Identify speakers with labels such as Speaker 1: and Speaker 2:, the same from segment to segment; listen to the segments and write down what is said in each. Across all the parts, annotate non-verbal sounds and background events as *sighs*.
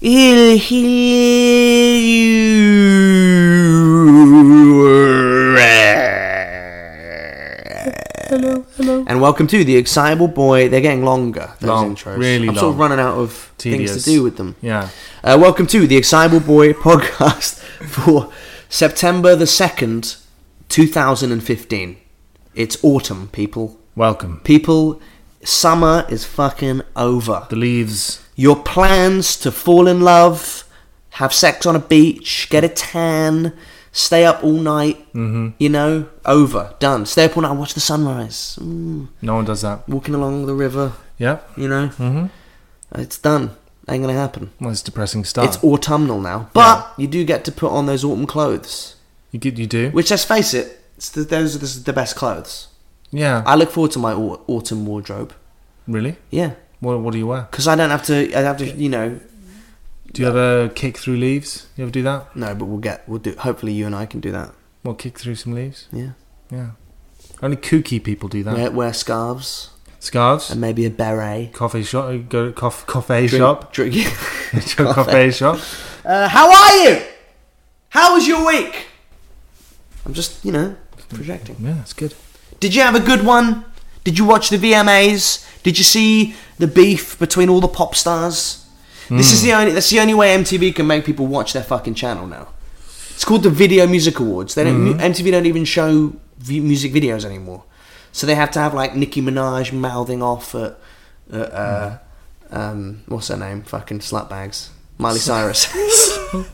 Speaker 1: Il Hello, hello. And welcome to the Excitable Boy. They're getting longer. Those
Speaker 2: Long,
Speaker 1: intros.
Speaker 2: really
Speaker 1: I'm sort of
Speaker 2: long.
Speaker 1: running out of things
Speaker 2: Tedious.
Speaker 1: to do with them.
Speaker 2: Yeah.
Speaker 1: Uh, welcome to the Excitable Boy *laughs* podcast for September the second, two thousand and fifteen. It's autumn, people.
Speaker 2: Welcome.
Speaker 1: People, summer is fucking over.
Speaker 2: The leaves.
Speaker 1: Your plans to fall in love, have sex on a beach, get a tan, stay up all night, mm-hmm. you know, over, done. Stay up all night, watch the sunrise, mm,
Speaker 2: No one does that.
Speaker 1: walking along the river,
Speaker 2: Yeah.
Speaker 1: you know. Mm-hmm. It's done. Ain't gonna happen.
Speaker 2: Well, it's depressing stuff.
Speaker 1: It's autumnal now, but you do get to put on those autumn clothes,
Speaker 2: you, get- you do.
Speaker 1: which, let's face it, it's the, those are the, the best clothes.
Speaker 2: yeah.
Speaker 1: I look forward to my au- autumn wardrobe.
Speaker 2: really?
Speaker 1: Yeah,
Speaker 2: What, what do you wear?
Speaker 1: because I don't have to. I have to, you know.
Speaker 2: Do you ever kick through leaves? You ever do that?
Speaker 1: No, but we'll get. We'll do. Hopefully, you and I can do that.
Speaker 2: Well, kick through some leaves?
Speaker 1: Yeah.
Speaker 2: Yeah. Only kooky people do that.
Speaker 1: Wear, wear scarves
Speaker 2: Scarves?
Speaker 1: and maybe a beret.
Speaker 2: coffee shop? uh, Go to coff, coffee
Speaker 1: Drink-
Speaker 2: shop? *laughs*
Speaker 1: Drink.
Speaker 2: Coffee. coffee shop?
Speaker 1: uh, how are you? How was your week? I'm just, you know, projecting.
Speaker 2: Yeah,
Speaker 1: *laughs*
Speaker 2: that's good.
Speaker 1: Did you have a good one? Did you watch the VMAs? Did you see the beef between all the pop stars? This
Speaker 2: Hmm.
Speaker 1: is the only. That's the only way MTV can make people watch their fucking channel now. It's called the Video Music Awards. They don't.
Speaker 2: Hmm.
Speaker 1: MTV don't even show v- music videos anymore, so they have to have like Nicki Minaj mouthing off at, at uh,
Speaker 2: Hmm.
Speaker 1: um, what's her name? Fucking slapbags. Miley Cyrus. *laughs*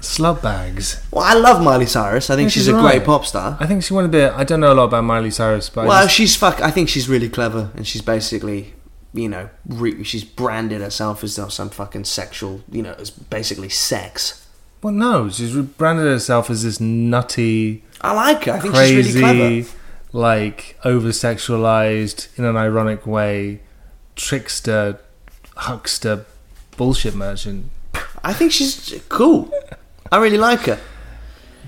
Speaker 2: Slub bags.
Speaker 1: well, I love Miley Cyrus. I think
Speaker 2: Yeah,
Speaker 1: she's,
Speaker 2: she's
Speaker 1: a
Speaker 2: alright.
Speaker 1: great pop star.
Speaker 2: I think she went a bit. I don't know a lot about Miley Cyrus, but I
Speaker 1: Well,
Speaker 2: just-
Speaker 1: she's fuck. I think she's really clever, and she's basically, you know, re- she's branded herself as some fucking sexual, you know, as basically sex.
Speaker 2: well, no, she's branded herself as this nutty,
Speaker 1: I like her. I think she's
Speaker 2: crazy,
Speaker 1: really clever.
Speaker 2: like over sexualized in an ironic way, trickster, huckster, bullshit merchant.
Speaker 1: I think she's cool. I really like her.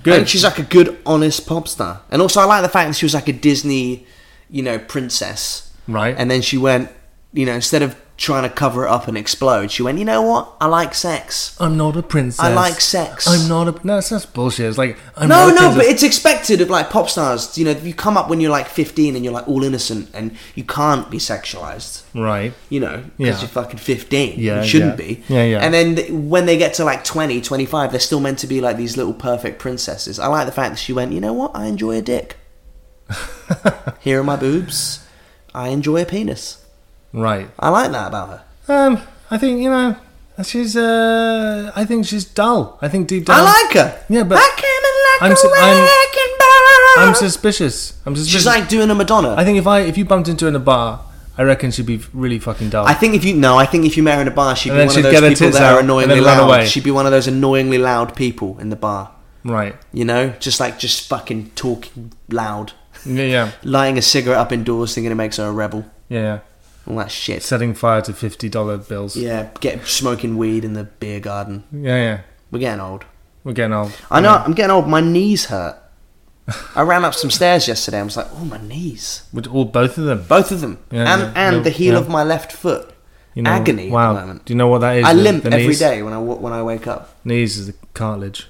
Speaker 1: I think
Speaker 2: Good.
Speaker 1: she's like a good, honest pop star, and also I like the fact that she was like a Disney, you know, princess,
Speaker 2: Right.
Speaker 1: And then she went, you know, instead of trying to cover it up and explode, she went, you know what? I like sex.
Speaker 2: I'm not a princess.
Speaker 1: I like sex.
Speaker 2: I'm not a. No, it's not bullshit. It's like I'm
Speaker 1: no,
Speaker 2: not a
Speaker 1: no,
Speaker 2: princess.
Speaker 1: but it's expected of like pop stars. You know, you come up when you're like 15 and you're like all innocent and you can't be sexualized.
Speaker 2: right. *laughs*
Speaker 1: You know, because
Speaker 2: Yeah.
Speaker 1: you're fucking 15.
Speaker 2: Yeah,
Speaker 1: you shouldn't
Speaker 2: yeah.
Speaker 1: be.
Speaker 2: Yeah, yeah.
Speaker 1: And then th- when they get to like 20, 25, they're still meant to be like these little perfect princesses. I like the fact that she went, you know what? I enjoy a dick. Here are my boobs. I enjoy a penis.
Speaker 2: Right.
Speaker 1: I like that about her.
Speaker 2: Um, I think you know. She's. Uh, I think she's dull. I think deep down.
Speaker 1: I like her.
Speaker 2: Yeah, but
Speaker 1: I came in like
Speaker 2: I'm
Speaker 1: a
Speaker 2: su- I'm-
Speaker 1: wrecking ball.
Speaker 2: I'm suspicious. I'm suspicious.
Speaker 1: She's like doing a Madonna.
Speaker 2: I think if I if you bumped into her in a bar, I reckon she'd be really fucking dull.
Speaker 1: I think if you no, I think if you met her in a bar, she'd
Speaker 2: Oh. And
Speaker 1: be
Speaker 2: then
Speaker 1: one
Speaker 2: she'd
Speaker 1: of those
Speaker 2: get her
Speaker 1: people
Speaker 2: tits
Speaker 1: that are
Speaker 2: out and
Speaker 1: annoyingly
Speaker 2: then run
Speaker 1: loud.
Speaker 2: away.
Speaker 1: She'd be one of those annoyingly loud people in the bar.
Speaker 2: right.
Speaker 1: You know, just like just fucking talking loud,
Speaker 2: Yeah, yeah,
Speaker 1: lighting a cigarette up indoors, thinking it makes her a rebel,
Speaker 2: yeah. yeah.
Speaker 1: all that shit.
Speaker 2: Setting fire to fifty dollar bills. Yeah.
Speaker 1: Yeah, get smoking weed in the beer garden.
Speaker 2: yeah,
Speaker 1: We're getting old.
Speaker 2: We're getting old.
Speaker 1: I know. I'm getting old. My knees hurt. I ran up some stairs yesterday. and was like, oh, my knees,
Speaker 2: With all both of them.
Speaker 1: both of them,
Speaker 2: Yeah,
Speaker 1: and
Speaker 2: yeah,
Speaker 1: and
Speaker 2: yeah,
Speaker 1: the heel
Speaker 2: yeah.
Speaker 1: of my left foot.
Speaker 2: You know,
Speaker 1: agony at the
Speaker 2: Wow.
Speaker 1: moment.
Speaker 2: Do you know what that is?
Speaker 1: I
Speaker 2: The-
Speaker 1: limp
Speaker 2: the
Speaker 1: every
Speaker 2: knees?
Speaker 1: day when I wa- when I wake up.
Speaker 2: Knees is the cartilage.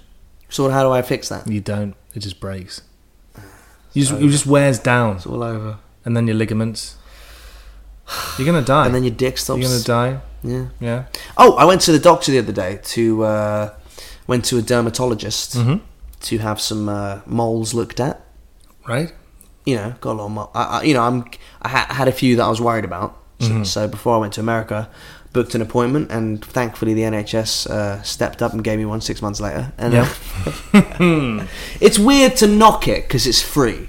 Speaker 1: So how do I fix that?
Speaker 2: You don't. It
Speaker 1: *sighs*
Speaker 2: just breaks. You just, it just wears down,
Speaker 1: It's all over.
Speaker 2: and then your ligaments. You're gonna die.
Speaker 1: and then your dick stops.
Speaker 2: you're gonna die.
Speaker 1: Yeah.
Speaker 2: Yeah.
Speaker 1: Oh, I went to the doctor the other day to uh, went to a dermatologist
Speaker 2: Mm-hmm.
Speaker 1: to have some uh, moles looked at.
Speaker 2: Right.
Speaker 1: You know, got a lot of mo- I, I, you know, I'm I ha- had a few that I was worried about. So,
Speaker 2: Mm-hmm.
Speaker 1: so before I went to America, booked an appointment, and thankfully the NHS uh, stepped up and gave me one six months later. And
Speaker 2: Yeah.
Speaker 1: *laughs* it's weird to knock it because it's free,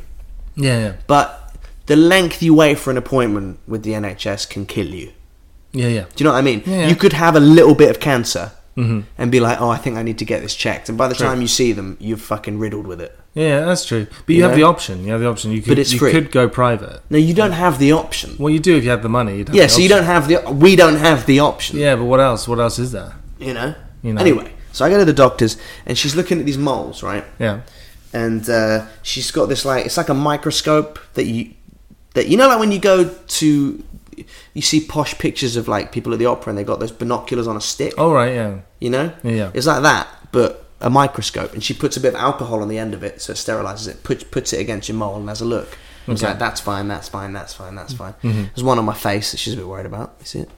Speaker 2: Yeah. yeah.
Speaker 1: but the length you wait for an appointment with the NHS can kill you.
Speaker 2: Yeah, yeah.
Speaker 1: Do you know what I mean?
Speaker 2: Yeah. Mm-hmm.
Speaker 1: You could have a little bit of cancer and be like, oh, I think I need to get this checked. And by the time you see them, you're fucking riddled with it.
Speaker 2: Yeah, that's true. But you,
Speaker 1: You
Speaker 2: have
Speaker 1: know?
Speaker 2: the option. You have the option. You could,
Speaker 1: But it's
Speaker 2: you
Speaker 1: free.
Speaker 2: could go private.
Speaker 1: No, you don't have the option.
Speaker 2: Well, you do if you had the money. You'd have
Speaker 1: Yeah,
Speaker 2: the
Speaker 1: so you
Speaker 2: option.
Speaker 1: don't have the. We don't have the option.
Speaker 2: Yeah, but what else? What else is there?
Speaker 1: You know?
Speaker 2: You know.
Speaker 1: Anyway, so I go to the doctor's and she's looking at these moles, right?
Speaker 2: Yeah.
Speaker 1: and uh, she's got this like it's like a microscope that you that you know like when you go to you see posh pictures of like people at the opera and they got those binoculars on a stick
Speaker 2: All Oh, right. Yeah.
Speaker 1: you know
Speaker 2: Yeah.
Speaker 1: it's like that but a microscope and she puts a bit of alcohol on the end of it so it sterilizes it puts puts it against your mole and has a look I was
Speaker 2: Okay. Mm-hmm.
Speaker 1: like that's fine that's fine that's fine that's fine there's one on my face that she's a bit worried about you see it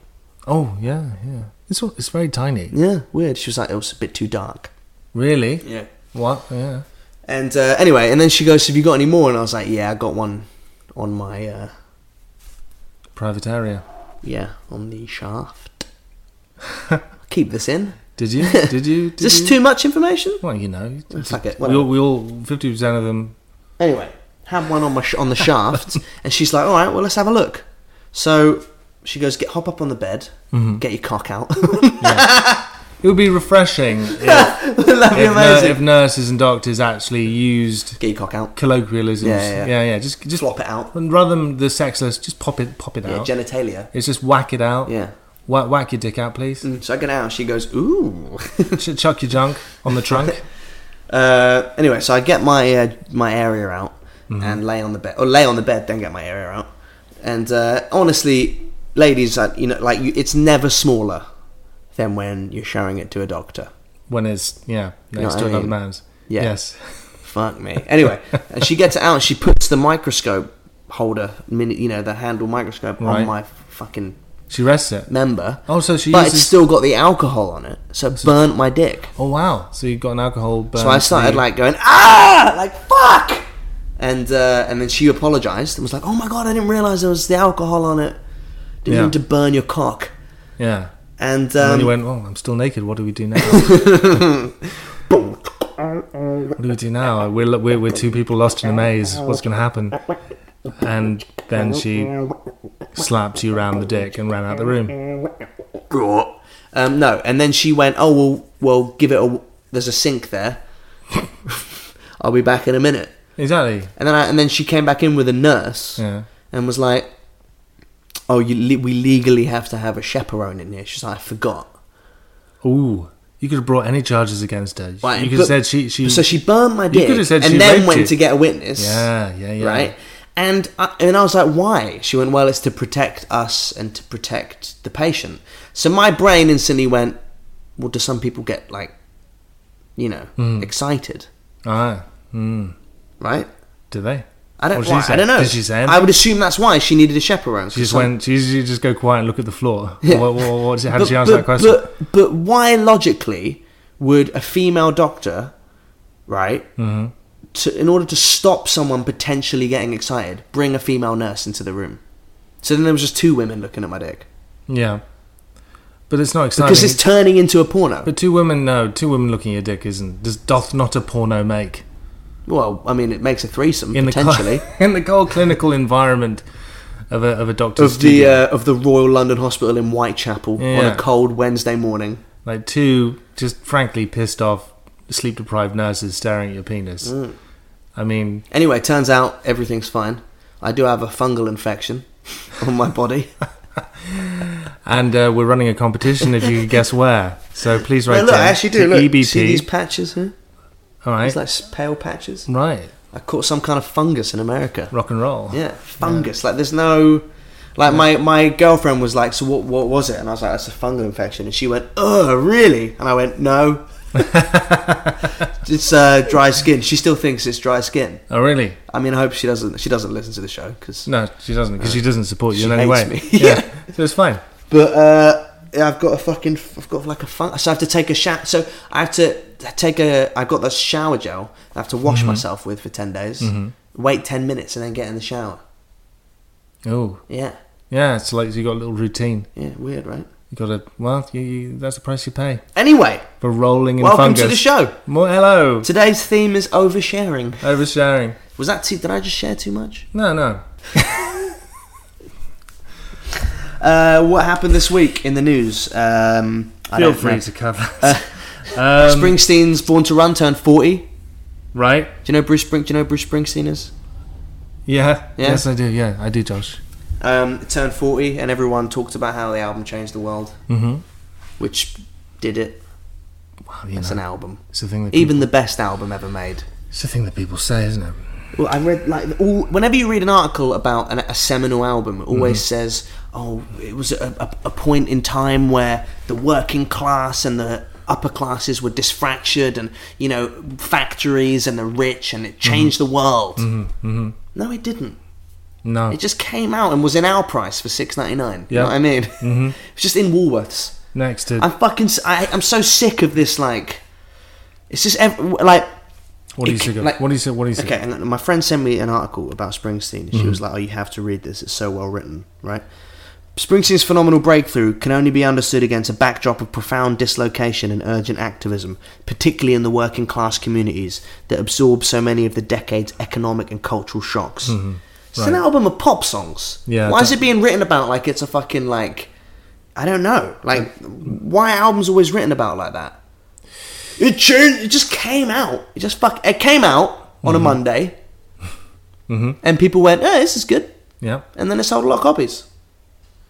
Speaker 2: Oh yeah, yeah. It's all- it's very tiny.
Speaker 1: yeah weird she was like it was a bit too dark
Speaker 2: Really?
Speaker 1: yeah
Speaker 2: What? Yeah.
Speaker 1: And uh, anyway, and then she goes, "Have you got any more?" And I was like, "Yeah, I got one on my uh,
Speaker 2: Private area.
Speaker 1: yeah on the
Speaker 2: *laughs*
Speaker 1: shaft." Keep this in.
Speaker 2: Did
Speaker 1: *laughs*
Speaker 2: you? Did you? Did
Speaker 1: Is this
Speaker 2: you?
Speaker 1: too much information?
Speaker 2: Well, you know.
Speaker 1: Fuck it.
Speaker 2: We all, we all fifty percent of them.
Speaker 1: Anyway, had one on my sh- on the shaft, and she's like, "All right, well, let's have a look." So she goes, "Get hop up on the bed, get your cock out." *laughs*
Speaker 2: It would be refreshing if,
Speaker 1: That'd be
Speaker 2: if, nur-
Speaker 1: amazing.
Speaker 2: if nurses and doctors actually used
Speaker 1: Get your cock out.
Speaker 2: colloquialisms.
Speaker 1: Yeah, yeah, yeah.
Speaker 2: Just just
Speaker 1: Flop it out.
Speaker 2: And rather than the sexless, just pop it, pop it
Speaker 1: Yeah,
Speaker 2: out.
Speaker 1: genitalia.
Speaker 2: it's just whack it out.
Speaker 1: Yeah.
Speaker 2: Whack, whack your dick out, please.
Speaker 1: So I get out. She goes, "Ooh." *laughs*
Speaker 2: Ch- Chuck your junk on the trunk.
Speaker 1: Uh, anyway, so I get my uh, my area out and lay on the bed, or lay on the bed, then get my area out. And uh, honestly, ladies, uh, you know, like you, it's never smaller than when you're showing it to a doctor.
Speaker 2: when it's yeah next
Speaker 1: what
Speaker 2: to
Speaker 1: I
Speaker 2: another
Speaker 1: mean?
Speaker 2: man's.
Speaker 1: Yeah.
Speaker 2: Yes.
Speaker 1: Fuck me. Anyway, and she gets it out and she puts the microscope holder, mini, you know, the handle microscope
Speaker 2: Right.
Speaker 1: on my fucking
Speaker 2: She rests it.
Speaker 1: member.
Speaker 2: Oh, so she
Speaker 1: but
Speaker 2: uses-
Speaker 1: it's still got the alcohol on it, so it burnt my dick.
Speaker 2: Oh wow! So you got an alcohol burn.
Speaker 1: So I started like going ah, like fuck, and uh, and then she apologized and was like, oh my god, I didn't realize there was the alcohol on it. Didn't
Speaker 2: Yeah.
Speaker 1: mean to burn your cock.
Speaker 2: yeah.
Speaker 1: And,
Speaker 2: And
Speaker 1: um,
Speaker 2: then you went, oh, I'm still naked. What do we
Speaker 1: *laughs*
Speaker 2: do now? what do we do now? We're, we're, we're two people lost in a maze. What's going to happen? And then she slapped you round the dick and ran out the room.
Speaker 1: um, no, and then she went, oh well, well, give it a. There's a sink
Speaker 2: *laughs*
Speaker 1: there. I'll be back in a minute.
Speaker 2: Exactly.
Speaker 1: And then I, and then she came back in with a nurse
Speaker 2: Yeah.
Speaker 1: and was like, oh, you le- we legally have to have a chaperone in here. She's like, I forgot.
Speaker 2: Ooh. You could have brought any charges against her.
Speaker 1: Right,
Speaker 2: you could have
Speaker 1: but-
Speaker 2: said she. she
Speaker 1: so she burned my dick,
Speaker 2: could've said
Speaker 1: and
Speaker 2: she
Speaker 1: then
Speaker 2: raped
Speaker 1: went
Speaker 2: you.
Speaker 1: to get a witness.
Speaker 2: Yeah, yeah, yeah.
Speaker 1: Right. And I, and I was like, why? She went, well, it's to protect us and to protect the patient. So my brain instantly went, well, do some people get like, you know,
Speaker 2: Hmm.
Speaker 1: excited,
Speaker 2: Ah. Mm.
Speaker 1: right?
Speaker 2: Did they?
Speaker 1: I don't.
Speaker 2: What did she
Speaker 1: why?
Speaker 2: say?
Speaker 1: I don't know.
Speaker 2: Did she say
Speaker 1: I would assume that's why she needed a chaperone.
Speaker 2: She just went. She usually just go quiet and look at the floor. What, what, what, how did she answer that question?
Speaker 1: But, but why logically would a female doctor, right,
Speaker 2: Mm-hmm.
Speaker 1: to, in order to stop someone potentially getting excited, bring a female nurse into the room? So then there was just two women looking at my dick
Speaker 2: yeah, but it's not exciting.
Speaker 1: because it's turning into a porno.
Speaker 2: but two women, no, two women looking at your dick isn't. Does doth not a porno make
Speaker 1: well, I mean, it makes a threesome
Speaker 2: in the col- *laughs*
Speaker 1: potentially
Speaker 2: in the cold clinical environment of a of a doctor's
Speaker 1: of the
Speaker 2: studio.
Speaker 1: uh, of the Royal London Hospital in Whitechapel on
Speaker 2: Yeah.
Speaker 1: a cold Wednesday morning.
Speaker 2: like two just frankly pissed off, sleep deprived nurses staring at your penis.
Speaker 1: Mm.
Speaker 2: I mean,
Speaker 1: Anyway, turns out everything's fine. I do have a fungal infection *laughs* on my body.
Speaker 2: and uh, we're running a competition if you could guess where. So please write
Speaker 1: No, look,
Speaker 2: in
Speaker 1: I actually do.
Speaker 2: to
Speaker 1: Look,
Speaker 2: EBP.
Speaker 1: see these patches here?
Speaker 2: All right,
Speaker 1: It's like s- pale patches.
Speaker 2: right,
Speaker 1: I caught some kind of fungus in America.
Speaker 2: rock and roll.
Speaker 1: Yeah, fungus. Like there's no, like my my girlfriend was like, so what what was it? And I was like, it's a fungal infection. And she went, oh really? And I went, no, it's uh, dry skin. She still thinks it's dry skin.
Speaker 2: Oh really?
Speaker 1: I mean, I hope she doesn't she doesn't listen to the show because.
Speaker 2: No, she doesn't because she doesn't support you
Speaker 1: She
Speaker 2: in any way.
Speaker 1: hates me.
Speaker 2: yeah. so it's fine.
Speaker 1: But uh, yeah, I've got a fucking I've got like a fun. So I have to take a shower. So I have to take a I've got this shower gel. I have to wash myself with for ten days. Wait ten minutes and then get in the shower.
Speaker 2: Oh,
Speaker 1: Yeah.
Speaker 2: yeah. It's like you got a little routine.
Speaker 1: Yeah, weird, right?
Speaker 2: You got to well, you, you, that's the price you pay
Speaker 1: Anyway,
Speaker 2: for rolling in
Speaker 1: welcome
Speaker 2: fungus.
Speaker 1: to the show.
Speaker 2: More hello.
Speaker 1: Today's theme is oversharing.
Speaker 2: Oversharing.
Speaker 1: Was that too? Did I just share too much?
Speaker 2: No, no.
Speaker 1: Uh, what happened this week in the news? Um, I
Speaker 2: Feel
Speaker 1: don't
Speaker 2: free
Speaker 1: know. Uh.
Speaker 2: to cover. um,
Speaker 1: Springsteen's Born to Run turned forty. Do
Speaker 2: right?
Speaker 1: you know Bruce Spring? Do you know who Bruce Springsteen is?
Speaker 2: Yeah.
Speaker 1: Yeah.
Speaker 2: Yes, I do. Yeah, I do, Josh.
Speaker 1: Um, it turned forty, and everyone talked about how the album changed the world,
Speaker 2: Mm-hmm.
Speaker 1: which did it.
Speaker 2: Wow, you
Speaker 1: It's
Speaker 2: know,
Speaker 1: an album,
Speaker 2: it's a thing that
Speaker 1: even
Speaker 2: people,
Speaker 1: the best album ever made.
Speaker 2: it's a thing that people say, isn't it?
Speaker 1: Well, I read like all, whenever you read an article about an, a seminal album, it always says, "Oh, it was a, a, a point in time where the working class and the upper classes were disfractured, and you know, factories and the rich, and it changed the world." No, it didn't.
Speaker 2: No.
Speaker 1: It just came out and was in our price for six ninety nine. You
Speaker 2: Yeah.
Speaker 1: know what I mean? *laughs* it's just in Woolworths.
Speaker 2: Next to
Speaker 1: I'm fucking. s- I, am so sick of this. Like, it's just ev- like.
Speaker 2: what do you
Speaker 1: it-
Speaker 2: think? of-
Speaker 1: like-
Speaker 2: what do you think? What do you think?
Speaker 1: Okay, and my friend sent me an article about Springsteen. and She was like, "Oh, you have to read this. It's so well written, right?" Springsteen's phenomenal breakthrough can only be understood against a backdrop of profound dislocation and urgent activism, particularly in the working class communities that absorb so many of the decade's economic and cultural shocks. It's an
Speaker 2: right.
Speaker 1: album of pop songs.
Speaker 2: Yeah,
Speaker 1: Why is
Speaker 2: that-
Speaker 1: it being written about like it's a fucking like I don't know. Like why are albums always written about like that? It changed, it just came out. It just fuck it came out on
Speaker 2: Mm-hmm.
Speaker 1: a Monday. And people went, "Oh, this is good."
Speaker 2: Yeah.
Speaker 1: And then it sold a lot of copies.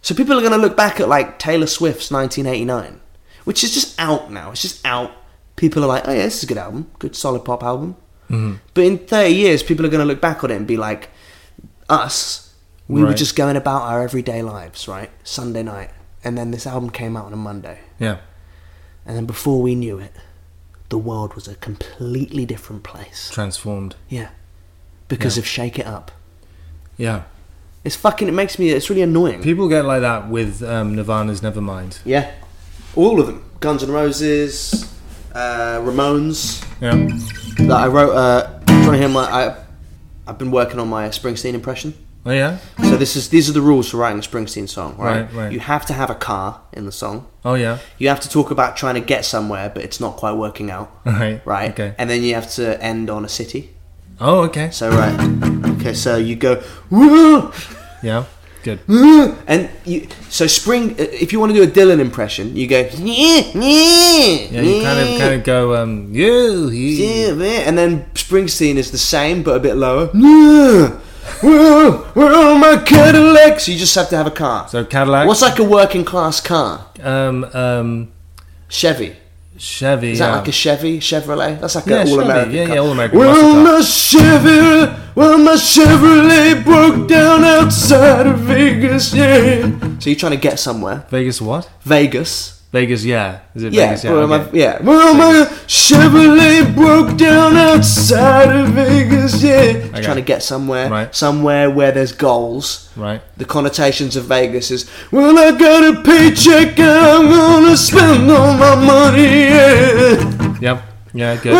Speaker 1: So people are going to look back at like Taylor Swift's 1989, which is just out now. It's just out. People are like, "Oh yeah, this is a good album. Good solid pop album." But in 30 years, people are going to look back on it and be like, us, we were
Speaker 2: Right.
Speaker 1: just going about our everyday lives, right? Sunday night. And then this album came out on a Monday.
Speaker 2: Yeah.
Speaker 1: And then before we knew it, the world was a completely different place.
Speaker 2: Transformed.
Speaker 1: Yeah. Because of Shake It Up.
Speaker 2: Yeah.
Speaker 1: It's fucking, it makes me, it's really annoying.
Speaker 2: People get like that with um, Nirvana's Nevermind.
Speaker 1: yeah. All of them Guns N' Roses, uh, Ramones.
Speaker 2: Yeah.
Speaker 1: That I wrote, uh, do you want to hear my, I, I've been working on my Springsteen impression.
Speaker 2: Oh yeah.
Speaker 1: So this is these are the rules for writing a Springsteen song, right?
Speaker 2: Right, right.
Speaker 1: You have to have a car in the song.
Speaker 2: Oh yeah.
Speaker 1: You have to talk about trying to get somewhere, but it's not quite working out,
Speaker 2: Right.
Speaker 1: right?
Speaker 2: Okay.
Speaker 1: And then you have to end on a city.
Speaker 2: Oh okay.
Speaker 1: So right, okay. So you go, "Woo!"
Speaker 2: Yeah. Good.
Speaker 1: and you. So spring. If you want to do a Dylan impression, you go. Yeah,
Speaker 2: Yeah. You kind of kind of go um you.
Speaker 1: Yeah,
Speaker 2: you.
Speaker 1: man. And then Springsteen is the same, but a bit lower. Yeah. Whoa, whoa, my Cadillac. So you just have to have a car.
Speaker 2: So Cadillac.
Speaker 1: What's like a working class car?
Speaker 2: um um
Speaker 1: Chevy.
Speaker 2: Chevy? um,
Speaker 1: Is that
Speaker 2: yeah.
Speaker 1: like a Chevy, Chevrolet? That's like
Speaker 2: Yeah,
Speaker 1: an all
Speaker 2: Chevy.
Speaker 1: American.
Speaker 2: Yeah,
Speaker 1: car.
Speaker 2: yeah, all-American muscle
Speaker 1: Well,
Speaker 2: car.
Speaker 1: my Chevy, well, my Chevrolet broke down outside of Vegas. Yeah. So you're trying to get somewhere?
Speaker 2: Vegas what?
Speaker 1: Vegas.
Speaker 2: Vegas yeah. Is it
Speaker 1: Yeah.
Speaker 2: Vegas yeah?
Speaker 1: well, my,
Speaker 2: okay.
Speaker 1: yeah. Well, my Chevrolet broke down outside of Vegas. Yeah. You're Trying to get somewhere.
Speaker 2: Right.
Speaker 1: Somewhere where there's goals.
Speaker 2: Right.
Speaker 1: The connotations of Vegas is, well, I got a paycheck and I'm gonna spend all my money. Yeah.
Speaker 2: *laughs* Yep. Yeah. Good.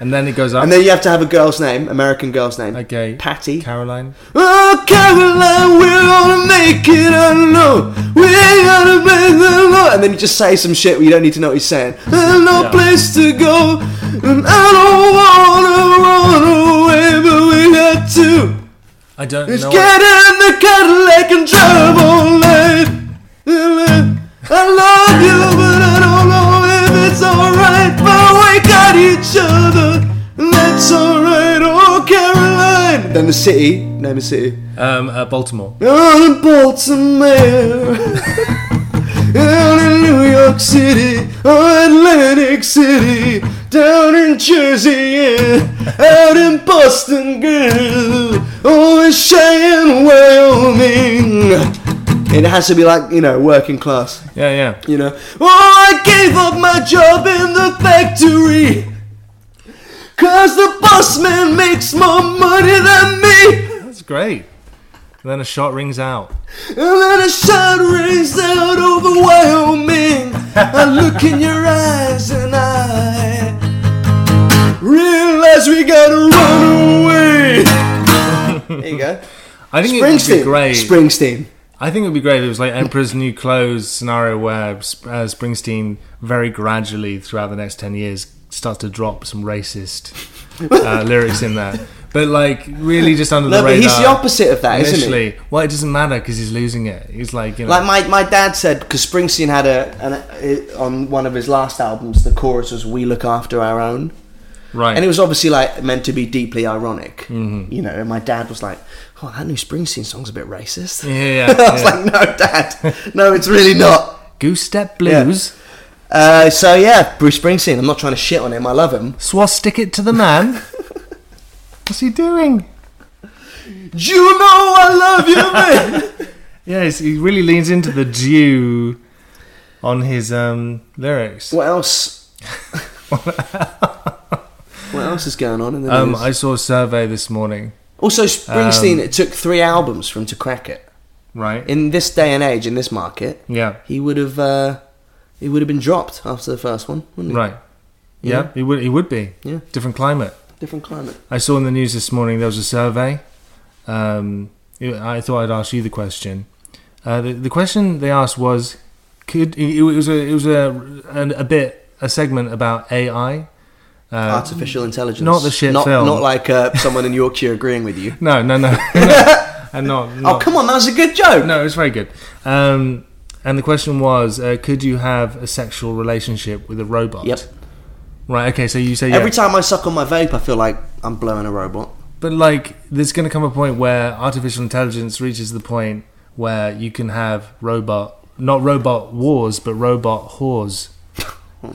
Speaker 2: And then it goes up.
Speaker 1: And then you have to have a girl's name, American girl's name.
Speaker 2: okay.
Speaker 1: Patty.
Speaker 2: Caroline.
Speaker 1: oh, Caroline, we're gonna make it, I know. We're gonna make the law. And then you just say some shit where you don't need to know what you're saying. There's no
Speaker 2: Yeah.
Speaker 1: place to go. And I don't wanna run away, but we got to.
Speaker 2: I don't
Speaker 1: Let's
Speaker 2: know.
Speaker 1: get in the Cadillac and drive all night. I love you, but I don't know if it's alright. But we got each other, and that's alright. Oh, Caroline. Then the city, name the city.
Speaker 2: um, uh, Baltimore.
Speaker 1: Down in Baltimore, down in New York City, or Atlantic City, down in Jersey, yeah, out in Boston, girl, oh, in Cheyenne, Wyoming. It has to be like, you know, working class,
Speaker 2: Yeah. Yeah.
Speaker 1: you know. Oh, I gave up my job in the factory, cause the boss man makes more money than me.
Speaker 2: That's great. And then a shot rings out.
Speaker 1: And then a shot rings out over Wyoming. I look in your eyes and I realize we gotta run away. *laughs* there you go.
Speaker 2: I think it would
Speaker 1: Springsteen.
Speaker 2: be great.
Speaker 1: Springsteen.
Speaker 2: I think it would be great if it was like Emperor's New Clothes scenario where Sp- uh, Springsteen very
Speaker 1: *laughs*
Speaker 2: gradually throughout the next 10 years starts to drop some racist uh, lyrics in there. but like really just under
Speaker 1: No,
Speaker 2: the
Speaker 1: but
Speaker 2: radar.
Speaker 1: he's the opposite of that, isn't he?
Speaker 2: initially. Well, it doesn't matter because he's losing it. He's like you know.
Speaker 1: Like my, my dad said, because Springsteen had a, an, a on one of his last albums, the chorus was "We look after our own,"
Speaker 2: Right.
Speaker 1: and it was obviously like meant to be deeply ironic,
Speaker 2: Mm-hmm.
Speaker 1: you know. And my dad was like, "Oh, that new Springsteen song's a bit racist."
Speaker 2: Yeah,
Speaker 1: *laughs*
Speaker 2: yeah,
Speaker 1: I was
Speaker 2: yeah.
Speaker 1: like, "No, Dad, no, it's really not."
Speaker 2: Goose Step Blues.
Speaker 1: Uh, so yeah, Bruce Springsteen. I'm not trying to shit on him. I love him.
Speaker 2: Swastika it to
Speaker 1: *laughs*
Speaker 2: the man. What's he doing?
Speaker 1: You know I love you,
Speaker 2: *laughs*
Speaker 1: man.
Speaker 2: Yeah, he's, he really leans into the Jew on his um, lyrics.
Speaker 1: what else? what else is going on in the
Speaker 2: Um,
Speaker 1: news?
Speaker 2: I Um, saw a survey this morning,
Speaker 1: also, Springsteen. it took three albums for him to crack it.
Speaker 2: right?
Speaker 1: in this day and age, in this market,
Speaker 2: yeah,
Speaker 1: he would have uh, he would have been dropped after the first one, wouldn't he?
Speaker 2: right. Yeah, he would. He would be.
Speaker 1: Yeah.
Speaker 2: different climate.
Speaker 1: Different climate.
Speaker 2: I saw in the news this morning there was a survey. Um, it- I thought I'd ask you the question. Uh, the, the question they asked was, could it, it was a it was a an, a bit a segment about AI.
Speaker 1: Artificial intelligence.
Speaker 2: Uh, not the shit
Speaker 1: Not,
Speaker 2: film.
Speaker 1: not like uh, someone in Yorkshire agreeing with
Speaker 2: *laughs*
Speaker 1: you.
Speaker 2: No,
Speaker 1: *laughs*
Speaker 2: no, no, and not, not.
Speaker 1: Oh come on, that was a good joke.
Speaker 2: No, it was very good. Um, and the question was, uh, could you have a sexual relationship with a robot?
Speaker 1: Yep.
Speaker 2: Right. Okay. So you say
Speaker 1: Every
Speaker 2: yeah.
Speaker 1: time I suck on my vape, I feel like I'm blowing a robot.
Speaker 2: But like, there's going to come a point where artificial intelligence reaches the point where you can have robot, not robot wars, but robot
Speaker 1: *laughs*
Speaker 2: whores.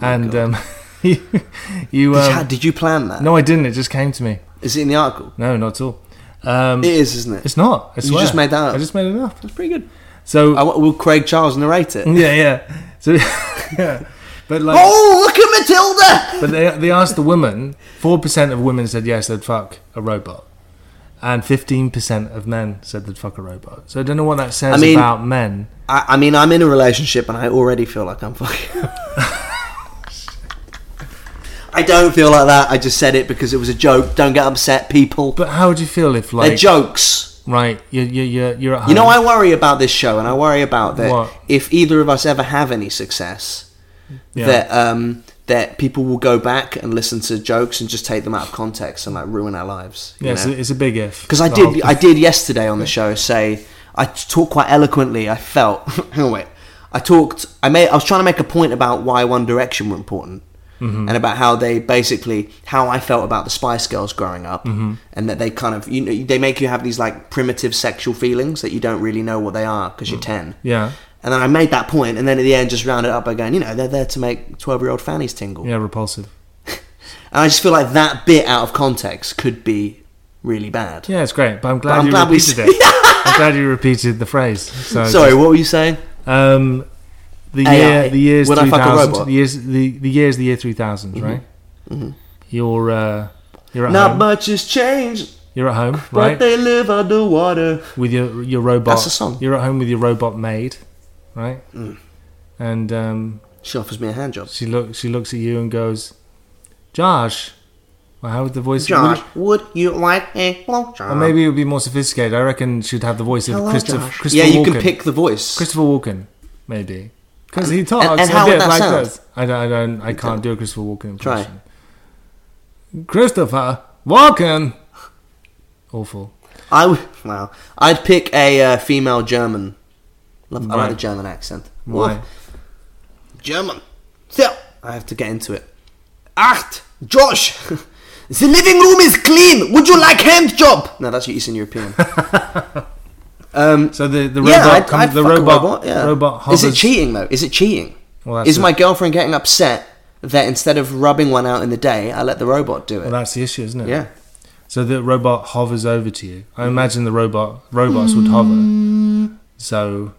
Speaker 2: and um, *laughs* you, you
Speaker 1: Oh Did you-
Speaker 2: um,
Speaker 1: Did you plan that? Is
Speaker 2: no, I didn't. It just came to me.
Speaker 1: it in the article?
Speaker 2: No, not at all. Um,
Speaker 1: It is, isn't it?
Speaker 2: it's not. I
Speaker 1: You
Speaker 2: swear.
Speaker 1: just made that up.
Speaker 2: I just made it up.
Speaker 1: It's pretty Oh. good.
Speaker 2: So
Speaker 1: I w will Craig Charles narrate it?
Speaker 2: *laughs* yeah, yeah. So *laughs* yeah. But like,
Speaker 1: Oh, look at Matilda!
Speaker 2: But they they asked the women. Four percent of women said yes, they'd fuck a robot, and fifteen percent of men said they'd fuck a robot. So I don't know what that says
Speaker 1: I mean-
Speaker 2: about men.
Speaker 1: I, I mean, I'm in a relationship and I already feel like I'm *laughs*
Speaker 2: *laughs*
Speaker 1: fucking. I don't feel like that. I just said it because it was a joke. Don't get upset, people.
Speaker 2: But how would you feel if
Speaker 1: They're
Speaker 2: like
Speaker 1: jokes.
Speaker 2: right, you're you're you're, you're at home.
Speaker 1: You know, I worry about this show and I worry about that
Speaker 2: Um, What?
Speaker 1: if either of us ever have any success,
Speaker 2: yeah.
Speaker 1: that um, that people will go back and listen to jokes and just take them out of context and like ruin our lives. you
Speaker 2: yeah, it's,
Speaker 1: know?
Speaker 2: a, it's a big if.
Speaker 1: Because I
Speaker 2: The
Speaker 1: did,
Speaker 2: whole-
Speaker 1: I did yesterday on the show say I t- talked quite eloquently. I felt. *laughs* hang on, wait. I talked. I made. I was trying to make a point about why One Direction were important,
Speaker 2: Mm-hmm.
Speaker 1: and about how they basically how I felt about the Spice Girls growing up,
Speaker 2: Mm-hmm.
Speaker 1: and that they kind of you know they make you have these like primitive sexual feelings that you don't really know what they are because you're ten.
Speaker 2: Mm. yeah,
Speaker 1: And then I made that point, and then at the end just rounded it up by going, you know, they're there to make twelve-year-old fannies tingle.
Speaker 2: yeah, repulsive.
Speaker 1: And I just feel like that bit out of context could be really bad.
Speaker 2: Yeah, it's great. But I'm glad
Speaker 1: I'm
Speaker 2: you
Speaker 1: glad we
Speaker 2: repeated
Speaker 1: s-
Speaker 2: it.
Speaker 1: *laughs*
Speaker 2: I'm glad you repeated the phrase. So
Speaker 1: Sorry, what were you saying?
Speaker 2: Um, the
Speaker 1: AI.
Speaker 2: year, the years
Speaker 1: Would I
Speaker 2: three
Speaker 1: fuck a
Speaker 2: thousand.
Speaker 1: robot? Mm-hmm.
Speaker 2: The years, the the years, the year three right? You're uh, you're at
Speaker 1: Not
Speaker 2: home.
Speaker 1: much has changed,
Speaker 2: You're at home,
Speaker 1: but
Speaker 2: right?
Speaker 1: they live underwater.
Speaker 2: With your your robot.
Speaker 1: That's a song. Mm.
Speaker 2: You're at home with your robot maid, right? And um,
Speaker 1: She offers me a hand job.
Speaker 2: she looks she looks at you and goes, "Josh." Well, how would the voice?
Speaker 1: Josh,
Speaker 2: would-
Speaker 1: would you like a blowjob?
Speaker 2: or maybe it would be more sophisticated. I reckon she'd have the voice of
Speaker 1: Hello,
Speaker 2: Christopher,
Speaker 1: Josh.
Speaker 2: Christopher.
Speaker 1: yeah, you
Speaker 2: Walken.
Speaker 1: can pick the voice.
Speaker 2: Christopher Walken, maybe. Because he talks
Speaker 1: and
Speaker 2: a
Speaker 1: how
Speaker 2: bit
Speaker 1: would that
Speaker 2: like
Speaker 1: sound?
Speaker 2: this. I don't, I don't, I can't do a Christopher Walken
Speaker 1: Try.
Speaker 2: impression. Christopher Walken! Awful.
Speaker 1: I would. Wow, I'd pick a uh, female German. Love, I
Speaker 2: Right.
Speaker 1: like the German accent.
Speaker 2: Why?
Speaker 1: Woof. German. So I have to get into it. Acht, Josh. *laughs* The living room is clean. Would you like hand job? No, that's Eastern European.
Speaker 2: So the, the robot,
Speaker 1: yeah, I'd,
Speaker 2: comes,
Speaker 1: I'd
Speaker 2: the
Speaker 1: fuck a
Speaker 2: robot,
Speaker 1: robot. Yeah.
Speaker 2: robot
Speaker 1: is
Speaker 2: hovers.
Speaker 1: it cheating though? Is it cheating?
Speaker 2: Well, that's
Speaker 1: is
Speaker 2: the-
Speaker 1: my girlfriend getting upset that instead of rubbing one out in the day, I let the robot do it?
Speaker 2: Well, that's the issue, isn't it?
Speaker 1: yeah.
Speaker 2: So the robot hovers over to you. I imagine the robot robots would hover. So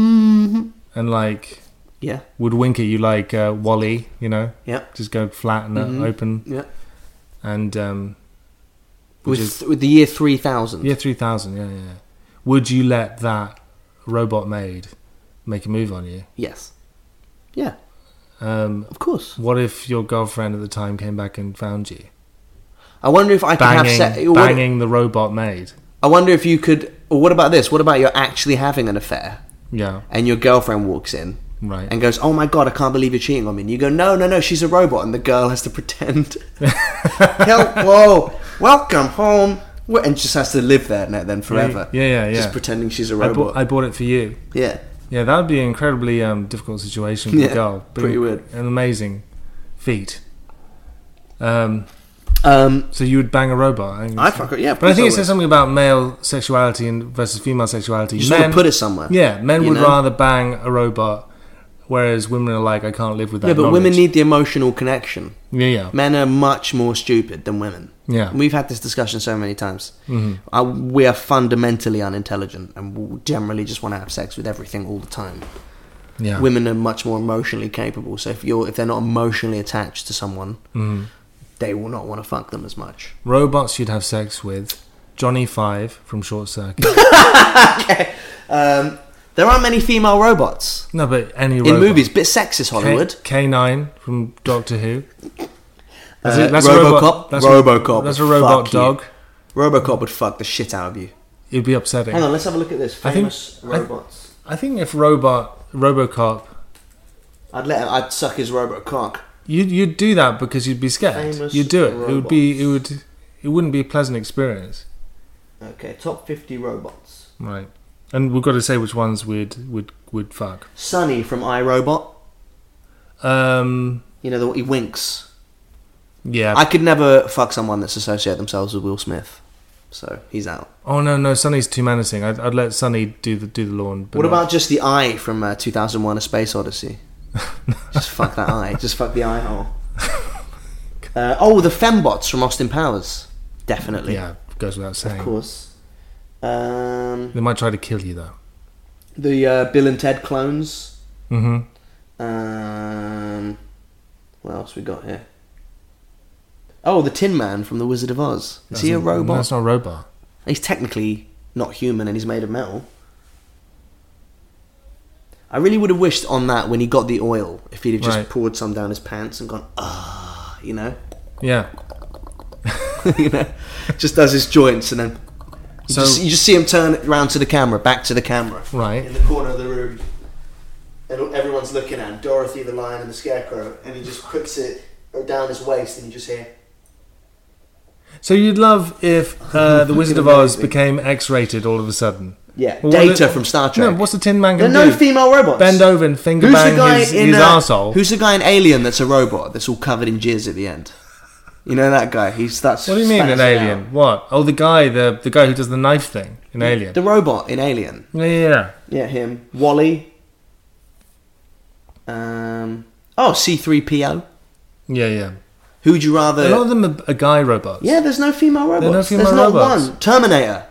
Speaker 2: and like
Speaker 1: Yeah.
Speaker 2: would wink at you like uh, Wally, you know,
Speaker 1: Yeah. Mm-hmm.
Speaker 2: just go flat and uh, open
Speaker 1: Yeah.
Speaker 2: and um,
Speaker 1: With,
Speaker 2: is-
Speaker 1: with the year 3000.
Speaker 2: Yeah, 3000, yeah, yeah. Would you let that robot maid make a move on you?
Speaker 1: Yes. Yeah.
Speaker 2: Um,
Speaker 1: Of course.
Speaker 2: what if your girlfriend at the time came back and found you?
Speaker 1: I wonder if I could have
Speaker 2: Banging,
Speaker 1: sex.
Speaker 2: banging the robot maid.
Speaker 1: I wonder if you could. Or what about this? What about you're actually having an affair
Speaker 2: Yeah,
Speaker 1: and your girlfriend walks in
Speaker 2: right.
Speaker 1: and *laughs* goes, "Oh my god, I can't believe you're cheating *laughs* on me." And you go, "No, no, no, she's a robot," and the girl has to pretend. Help! Whoa! welcome home. Wh- And just has to live there now then forever.
Speaker 2: Yeah, yeah, yeah.
Speaker 1: Just pretending she's a
Speaker 2: I
Speaker 1: robot.
Speaker 2: bought, I bought it for you.
Speaker 1: yeah.
Speaker 2: Yeah, that would be an incredibly um, difficult situation for
Speaker 1: Yeah,
Speaker 2: the girl. but
Speaker 1: pretty weird.
Speaker 2: An amazing feat. Um,
Speaker 1: Um,
Speaker 2: so you would bang a robot. I,
Speaker 1: I fuck it. Yeah, of
Speaker 2: But I
Speaker 1: course
Speaker 2: think
Speaker 1: I
Speaker 2: it says
Speaker 1: would.
Speaker 2: something about male sexuality and versus female sexuality.
Speaker 1: You just want to put it somewhere.
Speaker 2: Yeah, men
Speaker 1: you
Speaker 2: would
Speaker 1: know?
Speaker 2: rather bang a robot, whereas women are like, I can't live with that.
Speaker 1: Yeah, but women
Speaker 2: knowledge.
Speaker 1: need the emotional connection.
Speaker 2: Yeah, yeah.
Speaker 1: Men are much more stupid than women.
Speaker 2: Yeah. Mm-hmm.
Speaker 1: And we've had this discussion so many times. Uh, we are fundamentally unintelligent and we generally just want to have sex with everything all the time.
Speaker 2: yeah.
Speaker 1: Women are much more emotionally capable. So if you're if they're not emotionally attached to someone,
Speaker 2: Mm-hmm.
Speaker 1: they will not want to fuck them as much.
Speaker 2: Robots you'd have sex with. Johnny Five from Short
Speaker 1: *laughs*
Speaker 2: Circuit.
Speaker 1: Um, there aren't many female robots
Speaker 2: no, but any
Speaker 1: in movies. Bit sexist Hollywood.
Speaker 2: K Nine from Doctor Who. That's
Speaker 1: Uh,
Speaker 2: it, that's
Speaker 1: RoboCop.
Speaker 2: that's
Speaker 1: RoboCop.
Speaker 2: A, that's a robot
Speaker 1: Fuck you.
Speaker 2: dog.
Speaker 1: RoboCop would fuck the shit out of you.
Speaker 2: It'd be upsetting.
Speaker 1: Hang on, let's have a look at this.
Speaker 2: I think-
Speaker 1: Famous
Speaker 2: I-
Speaker 1: robots.
Speaker 2: I think if robot RoboCop,
Speaker 1: I'd let him, I'd suck his robot cock.
Speaker 2: you'd you'd do that because you'd be scared.
Speaker 1: Famous
Speaker 2: you'd do it. It would be. It would. It wouldn't be a pleasant experience,
Speaker 1: Okay, top 50 robots.
Speaker 2: right? And we've got to say which ones would would would fuck.
Speaker 1: Sonny from iRobot.
Speaker 2: Um.
Speaker 1: You know, the, he winks.
Speaker 2: Yeah.
Speaker 1: I could never fuck someone that's associated themselves with Will Smith. So, he's out.
Speaker 2: oh no, no. Sonny's too menacing. I'd, I'd let Sonny do the do the lawn. But
Speaker 1: what
Speaker 2: not-
Speaker 1: about just the eye from uh, 2001 A Space Odyssey? just fuck that eye. Just fuck the eye hole. Uh, oh, the fembots from Austin Powers. Definitely.
Speaker 2: *laughs* Yeah, goes without saying.
Speaker 1: Of course. Um,
Speaker 2: They might try to kill you though.
Speaker 1: the uh, Bill and Ted clones.
Speaker 2: Mm-hmm.
Speaker 1: Um, what else we got here? Oh, the Tin Man from The Wizard of Oz. Is he a robot?
Speaker 2: That's not a robot.
Speaker 1: He's technically not human and he's made of metal. I really would have wished on that when he got the oil, if he'd have just
Speaker 2: Right.
Speaker 1: poured some down his pants and gone, ah, you know?
Speaker 2: Yeah.
Speaker 1: *laughs* you know? Just does his joints and then. You,
Speaker 2: So-
Speaker 1: just, you just see him turn it round to the camera, back to the camera.
Speaker 2: Right.
Speaker 1: in the corner of the room, and everyone's looking at him, Dorothy, the lion, and the scarecrow, and he just puts it down his waist, and you just hear.
Speaker 2: So you'd love if
Speaker 1: *laughs*
Speaker 2: uh, the Wizard of Oz
Speaker 1: Amazing.
Speaker 2: became X-rated all of a sudden.
Speaker 1: Yeah,
Speaker 2: Well, what
Speaker 1: Data
Speaker 2: the-
Speaker 1: from Star Trek.
Speaker 2: No, what's the Tin Man
Speaker 1: There
Speaker 2: going
Speaker 1: are
Speaker 2: to do?
Speaker 1: no female robots.
Speaker 2: Bend over and finger
Speaker 1: Who's the
Speaker 2: bang
Speaker 1: guy
Speaker 2: his,
Speaker 1: in
Speaker 2: his
Speaker 1: uh,
Speaker 2: arsehole.
Speaker 1: Who's the guy in Alien that's a robot that's all covered in jizz at the end? You know that guy? He starts.
Speaker 2: What do you mean an
Speaker 1: spazzing out.
Speaker 2: alien? What? Oh, the guy, the the guy who does the knife thing, an alien.
Speaker 1: The robot in Alien.
Speaker 2: yeah, yeah, yeah.
Speaker 1: Yeah, him. Wally. Um. Oh, C3PO.
Speaker 2: yeah, yeah.
Speaker 1: Who would you rather?
Speaker 2: a lot of them are, are guy robots.
Speaker 1: Yeah, there's no female robots.
Speaker 2: There are no female
Speaker 1: there's not
Speaker 2: robots.
Speaker 1: one. Terminator.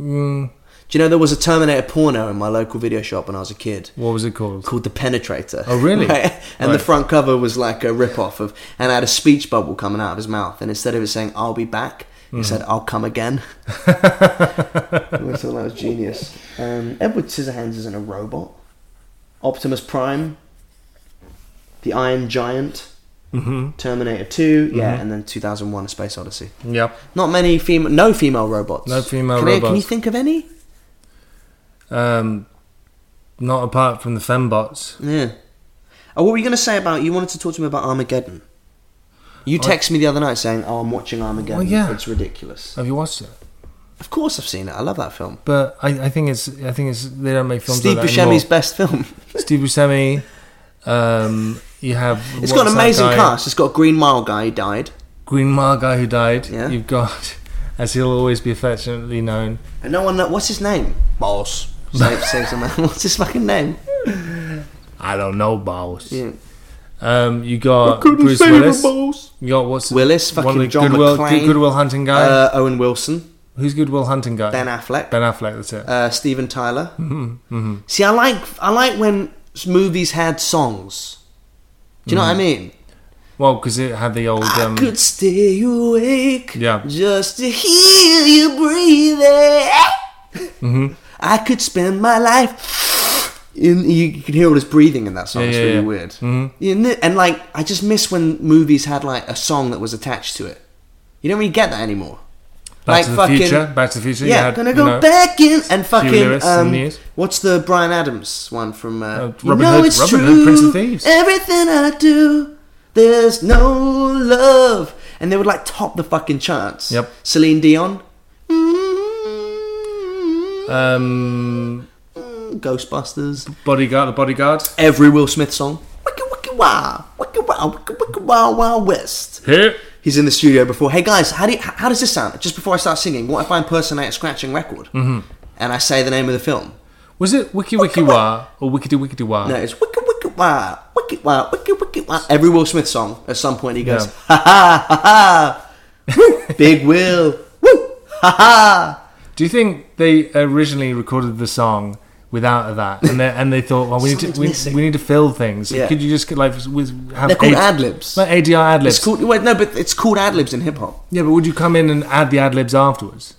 Speaker 2: Mm,
Speaker 1: Do you know there was a Terminator porno in my local video shop when I was a kid
Speaker 2: what was it called?
Speaker 1: called The Penetrator?
Speaker 2: Oh,
Speaker 1: *laughs*
Speaker 2: really?
Speaker 1: Right? And the
Speaker 2: Right.
Speaker 1: front cover was like a rip-off of, and had a speech bubble coming out of his mouth. And instead of it saying "I'll be back," it
Speaker 2: Hmm.
Speaker 1: said "I'll come again." I always thought that was genius. Um, Edward Scissorhands isn't a robot. Optimus Prime, the Iron Giant,
Speaker 2: *laughs* Mm-hmm.
Speaker 1: Terminator Two, yeah, and then 2001: A Space Odyssey.
Speaker 2: Yep.
Speaker 1: Not many female, no female robots.
Speaker 2: No female
Speaker 1: Can I- Can
Speaker 2: robots.
Speaker 1: you think of any?
Speaker 2: Um, not apart from the fembots.
Speaker 1: Yeah. Oh, what were you going to say about? You wanted to talk to me about Armageddon. You texted me the other night saying, "Oh, I'm watching Armageddon.
Speaker 2: Well, yeah.
Speaker 1: It's ridiculous."
Speaker 2: Have you watched it?
Speaker 1: Of course, I've seen it. I love that film.
Speaker 2: But I, I think it's I think it's they don't make films
Speaker 1: Steve
Speaker 2: like that
Speaker 1: Buscemi's
Speaker 2: anymore.
Speaker 1: best film. *laughs*
Speaker 2: Steve Buscemi. Um, you have
Speaker 1: It's
Speaker 2: what's
Speaker 1: got an
Speaker 2: that
Speaker 1: amazing
Speaker 2: guy?
Speaker 1: cast. It's got a Green Mile guy who died,
Speaker 2: Green Mile guy who died.
Speaker 1: Yeah.
Speaker 2: You've got, *laughs* as he'll always be affectionately known,
Speaker 1: and no one. Know, what's his name? Boss. Save, *laughs* save some What's his fucking name?
Speaker 2: I don't know, boss.
Speaker 1: Yeah.
Speaker 2: Um, you got Bruce Willis. You got what's
Speaker 1: Willis,
Speaker 2: one of
Speaker 1: fucking
Speaker 2: the
Speaker 1: John
Speaker 2: Goodwill,
Speaker 1: McClane.
Speaker 2: Goodwill Hunting guy.
Speaker 1: Uh, Owen Wilson,
Speaker 2: Who's Goodwill Hunting guy?
Speaker 1: Ben Affleck,
Speaker 2: Ben Affleck. That's it.
Speaker 1: uh, Steven Tyler. Mm-hmm. See, I like I like when s- movies had songs. Do you know what I mean?
Speaker 2: well, because it had the old. Um,
Speaker 1: I could stay awake
Speaker 2: Yeah.
Speaker 1: just to hear you breathing.
Speaker 2: Mm-hmm.
Speaker 1: I could spend my life in. You can hear all his breathing in that song.
Speaker 2: Yeah,
Speaker 1: it's
Speaker 2: yeah, Mm-hmm.
Speaker 1: really
Speaker 2: yeah.
Speaker 1: weird. You kn- And like, I just miss when movies had like a song that was attached to it. You don't really get that anymore.
Speaker 2: Back to the Future. Back to the Future. you
Speaker 1: Yeah,
Speaker 2: had,
Speaker 1: gonna
Speaker 2: you
Speaker 1: go
Speaker 2: know,
Speaker 1: back in and fucking.
Speaker 2: Lewis and
Speaker 1: Um,
Speaker 2: News.
Speaker 1: what's the Brian Adams one from? Uh,
Speaker 2: Uh,
Speaker 1: you
Speaker 2: Robin
Speaker 1: know
Speaker 2: Hood-
Speaker 1: it's
Speaker 2: Robin
Speaker 1: true.
Speaker 2: Hood, Prince of Thieves.
Speaker 1: Everything I do, there's no love, and they would like top the fucking charts.
Speaker 2: Yep.
Speaker 1: Celine Dion, Mm-hmm.
Speaker 2: Um,
Speaker 1: Ghostbusters,
Speaker 2: bodyguard, the bodyguard.
Speaker 1: every Will Smith song. Wicka wicka wah, wicka wah, wicka wicka wah wah west.
Speaker 2: Here.
Speaker 1: He's in the studio before. Hey guys, how do you, how does this sound? Just before I start singing, what if I impersonate a scratching record
Speaker 2: Mm-hmm.
Speaker 1: and I say the name of the film?
Speaker 2: Was it Wiki Wiki Wah or Wickety Wickety Wah?
Speaker 1: No, it's wicka wicka wah, wicka wah, wicka wicka wah. Every Will Smith song, at some point he goes,
Speaker 2: Yeah.
Speaker 1: ha ha ha ha,
Speaker 2: *laughs*
Speaker 1: Woo, Big Will, woo, ha ha.
Speaker 2: Do you think they originally recorded the song without that, and they, and they thought, well, we need to
Speaker 1: Something's
Speaker 2: we,
Speaker 1: missing.
Speaker 2: we need to fill things.
Speaker 1: Yeah.
Speaker 2: Could you just like with have
Speaker 1: They're called
Speaker 2: A-
Speaker 1: ad libs.
Speaker 2: like ADR ad libs?
Speaker 1: It's called wait, no, but it's called ad libs in hip hop.
Speaker 2: Yeah, but would you come in and add the ad libs afterwards?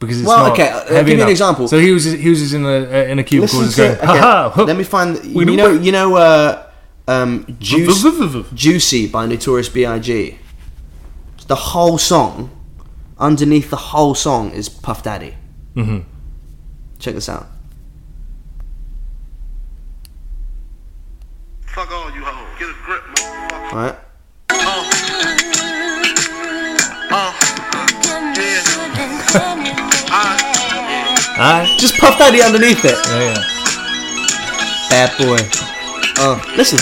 Speaker 2: Because it's
Speaker 1: Well,
Speaker 2: not
Speaker 1: okay, uh,
Speaker 2: heavy
Speaker 1: give me an
Speaker 2: enough.
Speaker 1: example.
Speaker 2: So he was he was just in a uh, in a cubicle, just going,
Speaker 1: Listen to- okay,
Speaker 2: ha ha.
Speaker 1: Let me find. The,
Speaker 2: We
Speaker 1: you know, you know, uh, um, Juice, "Juicy" by Notorious B.I.G. The whole song, underneath the whole song, is Puff Daddy. Mm-hmm. Check this out.
Speaker 3: Fuck all you hoes. Get a grip, motherfucker.
Speaker 1: All right.
Speaker 3: Oh. Yeah. I,
Speaker 2: Aye.
Speaker 1: Just Puff Daddy underneath it.
Speaker 2: Yeah, yeah.
Speaker 1: Bad boy. Uh, listen.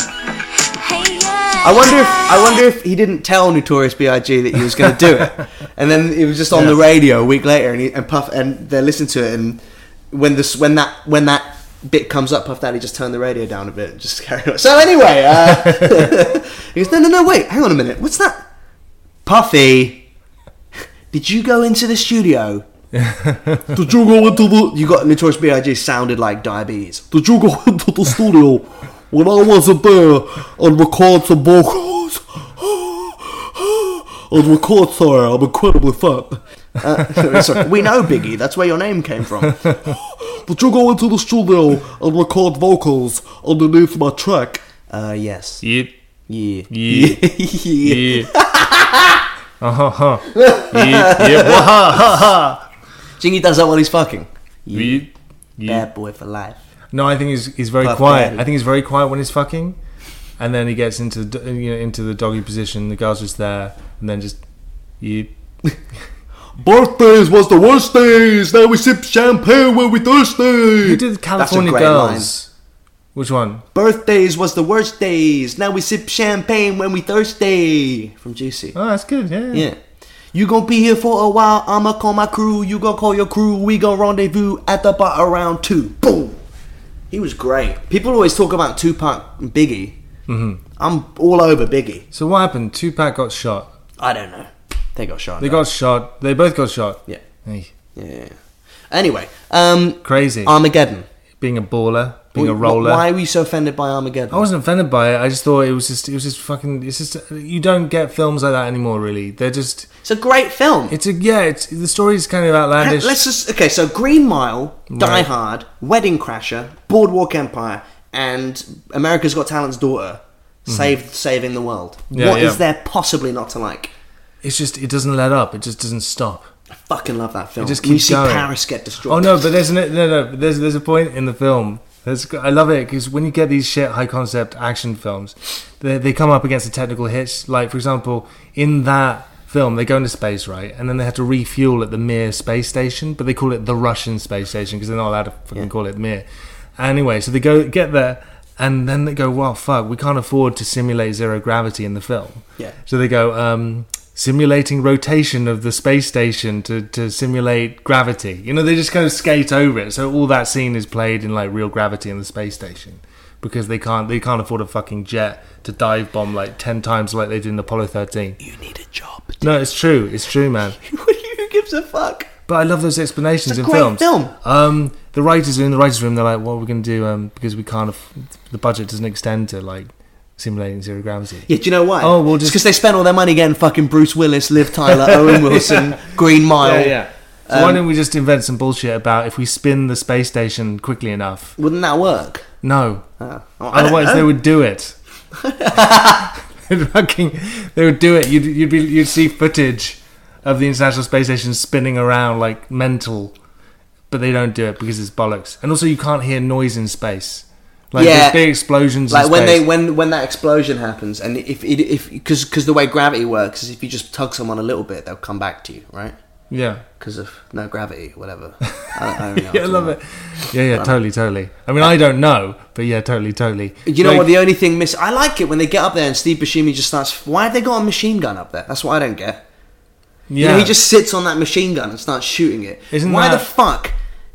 Speaker 1: I wonder if I wonder if he didn't tell Notorious B.I.G. that he was going to do it, and then it was just on the radio a week later, and, he, and Puff and they listened to it, and when this when that when that bit comes up, Puff Daddy just turned the radio down a bit, and just *laughs* carried on. So anyway, uh, *laughs* he goes, no, no, no, wait, hang on a minute, what's that? Puffy, did you go into
Speaker 4: *laughs*
Speaker 1: the studio? did you go into the? You got Notorious B.I.G. sounded like diabetes.
Speaker 4: Did you go into the studio when I wasn't there and record some vocals? *gasps* and record, sorry, I'm incredibly fat.
Speaker 1: Uh, sorry, we know Biggie. That's where your name came from.
Speaker 4: *laughs* Did you go into the studio and record vocals underneath my track?
Speaker 1: Uh, yes.
Speaker 2: Yep.
Speaker 1: Yeah. *laughs*
Speaker 2: Yeah.
Speaker 1: yeah.
Speaker 2: Yeah. Uh huh. huh. Yeah. Yeah. Wah ha ha ha.
Speaker 1: Jingy does that while he's fucking.
Speaker 2: Yeah. Yeah.
Speaker 1: Bad boy for life.
Speaker 2: No, I think he's he's very
Speaker 1: Puff
Speaker 2: quiet.
Speaker 1: Daddy.
Speaker 2: I think he's very quiet when he's fucking, and then he gets into the, do- you know into the doggy position. The girl's just there, and then just you.
Speaker 4: Birthdays was the worst days. Now we sip champagne when we
Speaker 1: *laughs*
Speaker 2: Who
Speaker 4: thirsty.
Speaker 2: did California
Speaker 1: great
Speaker 2: Girls? Which one?
Speaker 1: Birthdays was the worst days. Now we sip champagne when we thirsty. From Juicy.
Speaker 2: Oh, that's good. Yeah.
Speaker 1: Yeah. You gon' be here for a while. I'ma call my crew. You gon' call your crew. We gon' rendezvous at the bar around two. Boom. He was great. People always talk about Tupac and Biggie. Mm-hmm. I'm all over Biggie.
Speaker 2: So what happened? Tupac got shot.
Speaker 1: I don't know. They got shot.
Speaker 2: They got shot. They both got shot.
Speaker 1: Yeah.
Speaker 2: Hey,
Speaker 1: Yeah. Anyway, um,
Speaker 2: crazy.
Speaker 1: Armageddon.
Speaker 2: being a baller, being a
Speaker 1: Wh-
Speaker 2: roller.
Speaker 1: Why were you so offended by Armageddon?
Speaker 2: I wasn't offended by it. I just thought it was just it was just fucking. It's just you don't get films like that anymore. Really, they're just.
Speaker 1: It's a great film.
Speaker 2: It's a yeah. It's the story's kind of outlandish.
Speaker 1: Let's just okay. So Green Mile, Die
Speaker 2: Right.
Speaker 1: Hard, Wedding Crasher, Boardwalk Empire, and America's Got Talent's daughter, save saving the world. What is
Speaker 2: Mm-hmm. Yeah, yeah.
Speaker 1: there possibly not to like?
Speaker 2: it's just it doesn't let up. It just doesn't stop.
Speaker 1: I fucking love that film.
Speaker 2: It just
Speaker 1: When you
Speaker 2: keeps
Speaker 1: see
Speaker 2: going.
Speaker 1: Paris get destroyed.
Speaker 2: Oh no, but there's no no no. but There's there's a point in the film. That's I love it because when you get these shit high concept action films, they they come up against a technical hitch. Like for example, in that film, they go into space, right, and then they have to refuel at the Mir space station, but they call it the Russian space station because they're not allowed to fucking call it Mir. Anyway, so they go get there. And then they go, well, fuck, we can't afford to simulate zero gravity in the film.
Speaker 1: Yeah.
Speaker 2: So they go, um, simulating rotation of the space station to, to simulate gravity. You know, they just kind of skate over it. So all that scene is played in like real gravity in the space station because they can't they can't afford a fucking jet to dive bomb like ten times like they did in Apollo thirteen.
Speaker 1: You need a job. *laughs*
Speaker 2: No, it's true. It's true, man.
Speaker 1: Who gives a fuck?
Speaker 2: But I love those
Speaker 1: It's
Speaker 2: explanations
Speaker 1: a
Speaker 2: in
Speaker 1: great
Speaker 2: films.
Speaker 1: film.
Speaker 2: Um, the writers are in the writers' room. They're like, "What are we going to do? Um, because we can't. Aff- the budget doesn't extend to like simulating zero gravity."
Speaker 1: Yeah, do you know why?
Speaker 2: Oh, we'll just-
Speaker 1: because they spent all their money getting fucking Bruce Willis, Liv
Speaker 2: *laughs*
Speaker 1: Tyler, Owen Wilson, Green Mile.
Speaker 2: So
Speaker 1: um,
Speaker 2: why don't we just invent some bullshit about if we spin the space station quickly enough?
Speaker 1: Wouldn't that work?
Speaker 2: No,
Speaker 1: Oh, I don't
Speaker 2: otherwise
Speaker 1: know.
Speaker 2: they would
Speaker 1: *laughs*
Speaker 2: do it. They'd fucking, they would do it. You'd you'd be you'd see footage of the International Space Station spinning around like mental, but they don't do it because it's bollocks. And also, you can't hear noise in space. Like
Speaker 1: Yeah.
Speaker 2: there's big explosions.
Speaker 1: like
Speaker 2: in
Speaker 1: when
Speaker 2: space.
Speaker 1: they when when that explosion happens, and if it if because because the way gravity works is if you just tug someone a little bit, they'll come back to you, right?
Speaker 2: yeah.
Speaker 1: Because of no gravity, whatever. I,
Speaker 2: *laughs*
Speaker 1: don't, I don't know
Speaker 2: Yeah, I love it. Yeah, yeah, totally, totally. I mean, I don't know, but yeah, totally, totally.
Speaker 1: You know
Speaker 2: Like-
Speaker 1: what? The only thing miss, I like it when they get up there and Steve Buscemi just starts. Why have they got a machine gun up there? That's what I don't get.
Speaker 2: yeah,
Speaker 1: You know, he just sits on that machine gun and starts shooting it.
Speaker 2: Isn't
Speaker 1: Why the
Speaker 2: that-
Speaker 1: fuck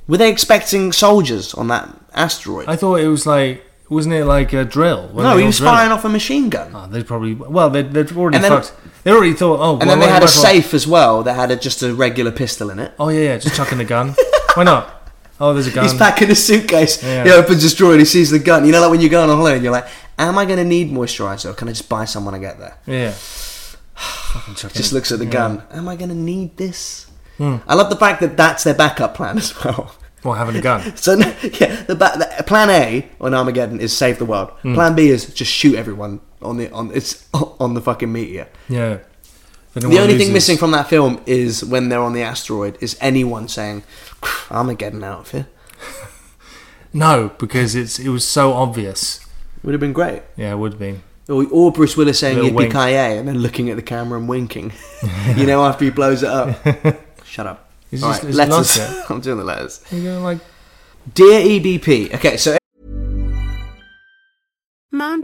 Speaker 1: were they expecting soldiers on that asteroid?
Speaker 2: I thought it was like, wasn't it like a drill? Wasn't
Speaker 1: no,
Speaker 2: it
Speaker 1: he
Speaker 2: all
Speaker 1: was
Speaker 2: drill?
Speaker 1: firing off a machine gun.
Speaker 2: Oh, they probably well, they they already
Speaker 1: And then-
Speaker 2: fucked. They already thought, oh,
Speaker 1: and
Speaker 2: well,
Speaker 1: then they
Speaker 2: why-
Speaker 1: had
Speaker 2: why
Speaker 1: a
Speaker 2: not?
Speaker 1: safe as well that had a, just a regular pistol in it.
Speaker 2: Oh yeah, yeah, just chucking a gun. *laughs* Why not? Oh, there's a gun.
Speaker 1: He's packing his suitcase.
Speaker 2: Yeah.
Speaker 1: He opens his drawer and he sees the gun. You know, like when you go on a holiday and you're like, am I going to need moisturizer or can I just buy some when I get there?
Speaker 2: Yeah.
Speaker 1: Just looks at the gun. Am I going to need this?
Speaker 2: Hmm.
Speaker 1: I love the fact that that's their backup plan as well. *laughs*
Speaker 2: Well, having a gun.
Speaker 1: So *laughs* yeah, the, ba- the plan A on Armageddon is save the world.
Speaker 2: Hmm.
Speaker 1: Plan B is just shoot everyone on the on it's *laughs* on the fucking meteor.
Speaker 2: Yeah. But
Speaker 1: The only thing missing from that film is when they're on the asteroid is anyone saying Armageddon out of here.
Speaker 2: no, because it's it was so obvious.
Speaker 1: Would have been great.
Speaker 2: Yeah, it would be.
Speaker 1: Or, or Bruce Willis saying
Speaker 2: Little
Speaker 1: yippee
Speaker 2: wink.
Speaker 1: ki and then looking at the camera and winking. *laughs* you know, after he blows it
Speaker 2: *laughs*
Speaker 1: up. Shut up.
Speaker 2: It's
Speaker 1: All
Speaker 2: just-
Speaker 1: right,
Speaker 2: it's
Speaker 1: letters.
Speaker 2: not
Speaker 1: *laughs*
Speaker 2: it.
Speaker 1: I'm doing the letters.
Speaker 2: You know, like
Speaker 1: Dear EBP. Okay, so
Speaker 5: Mom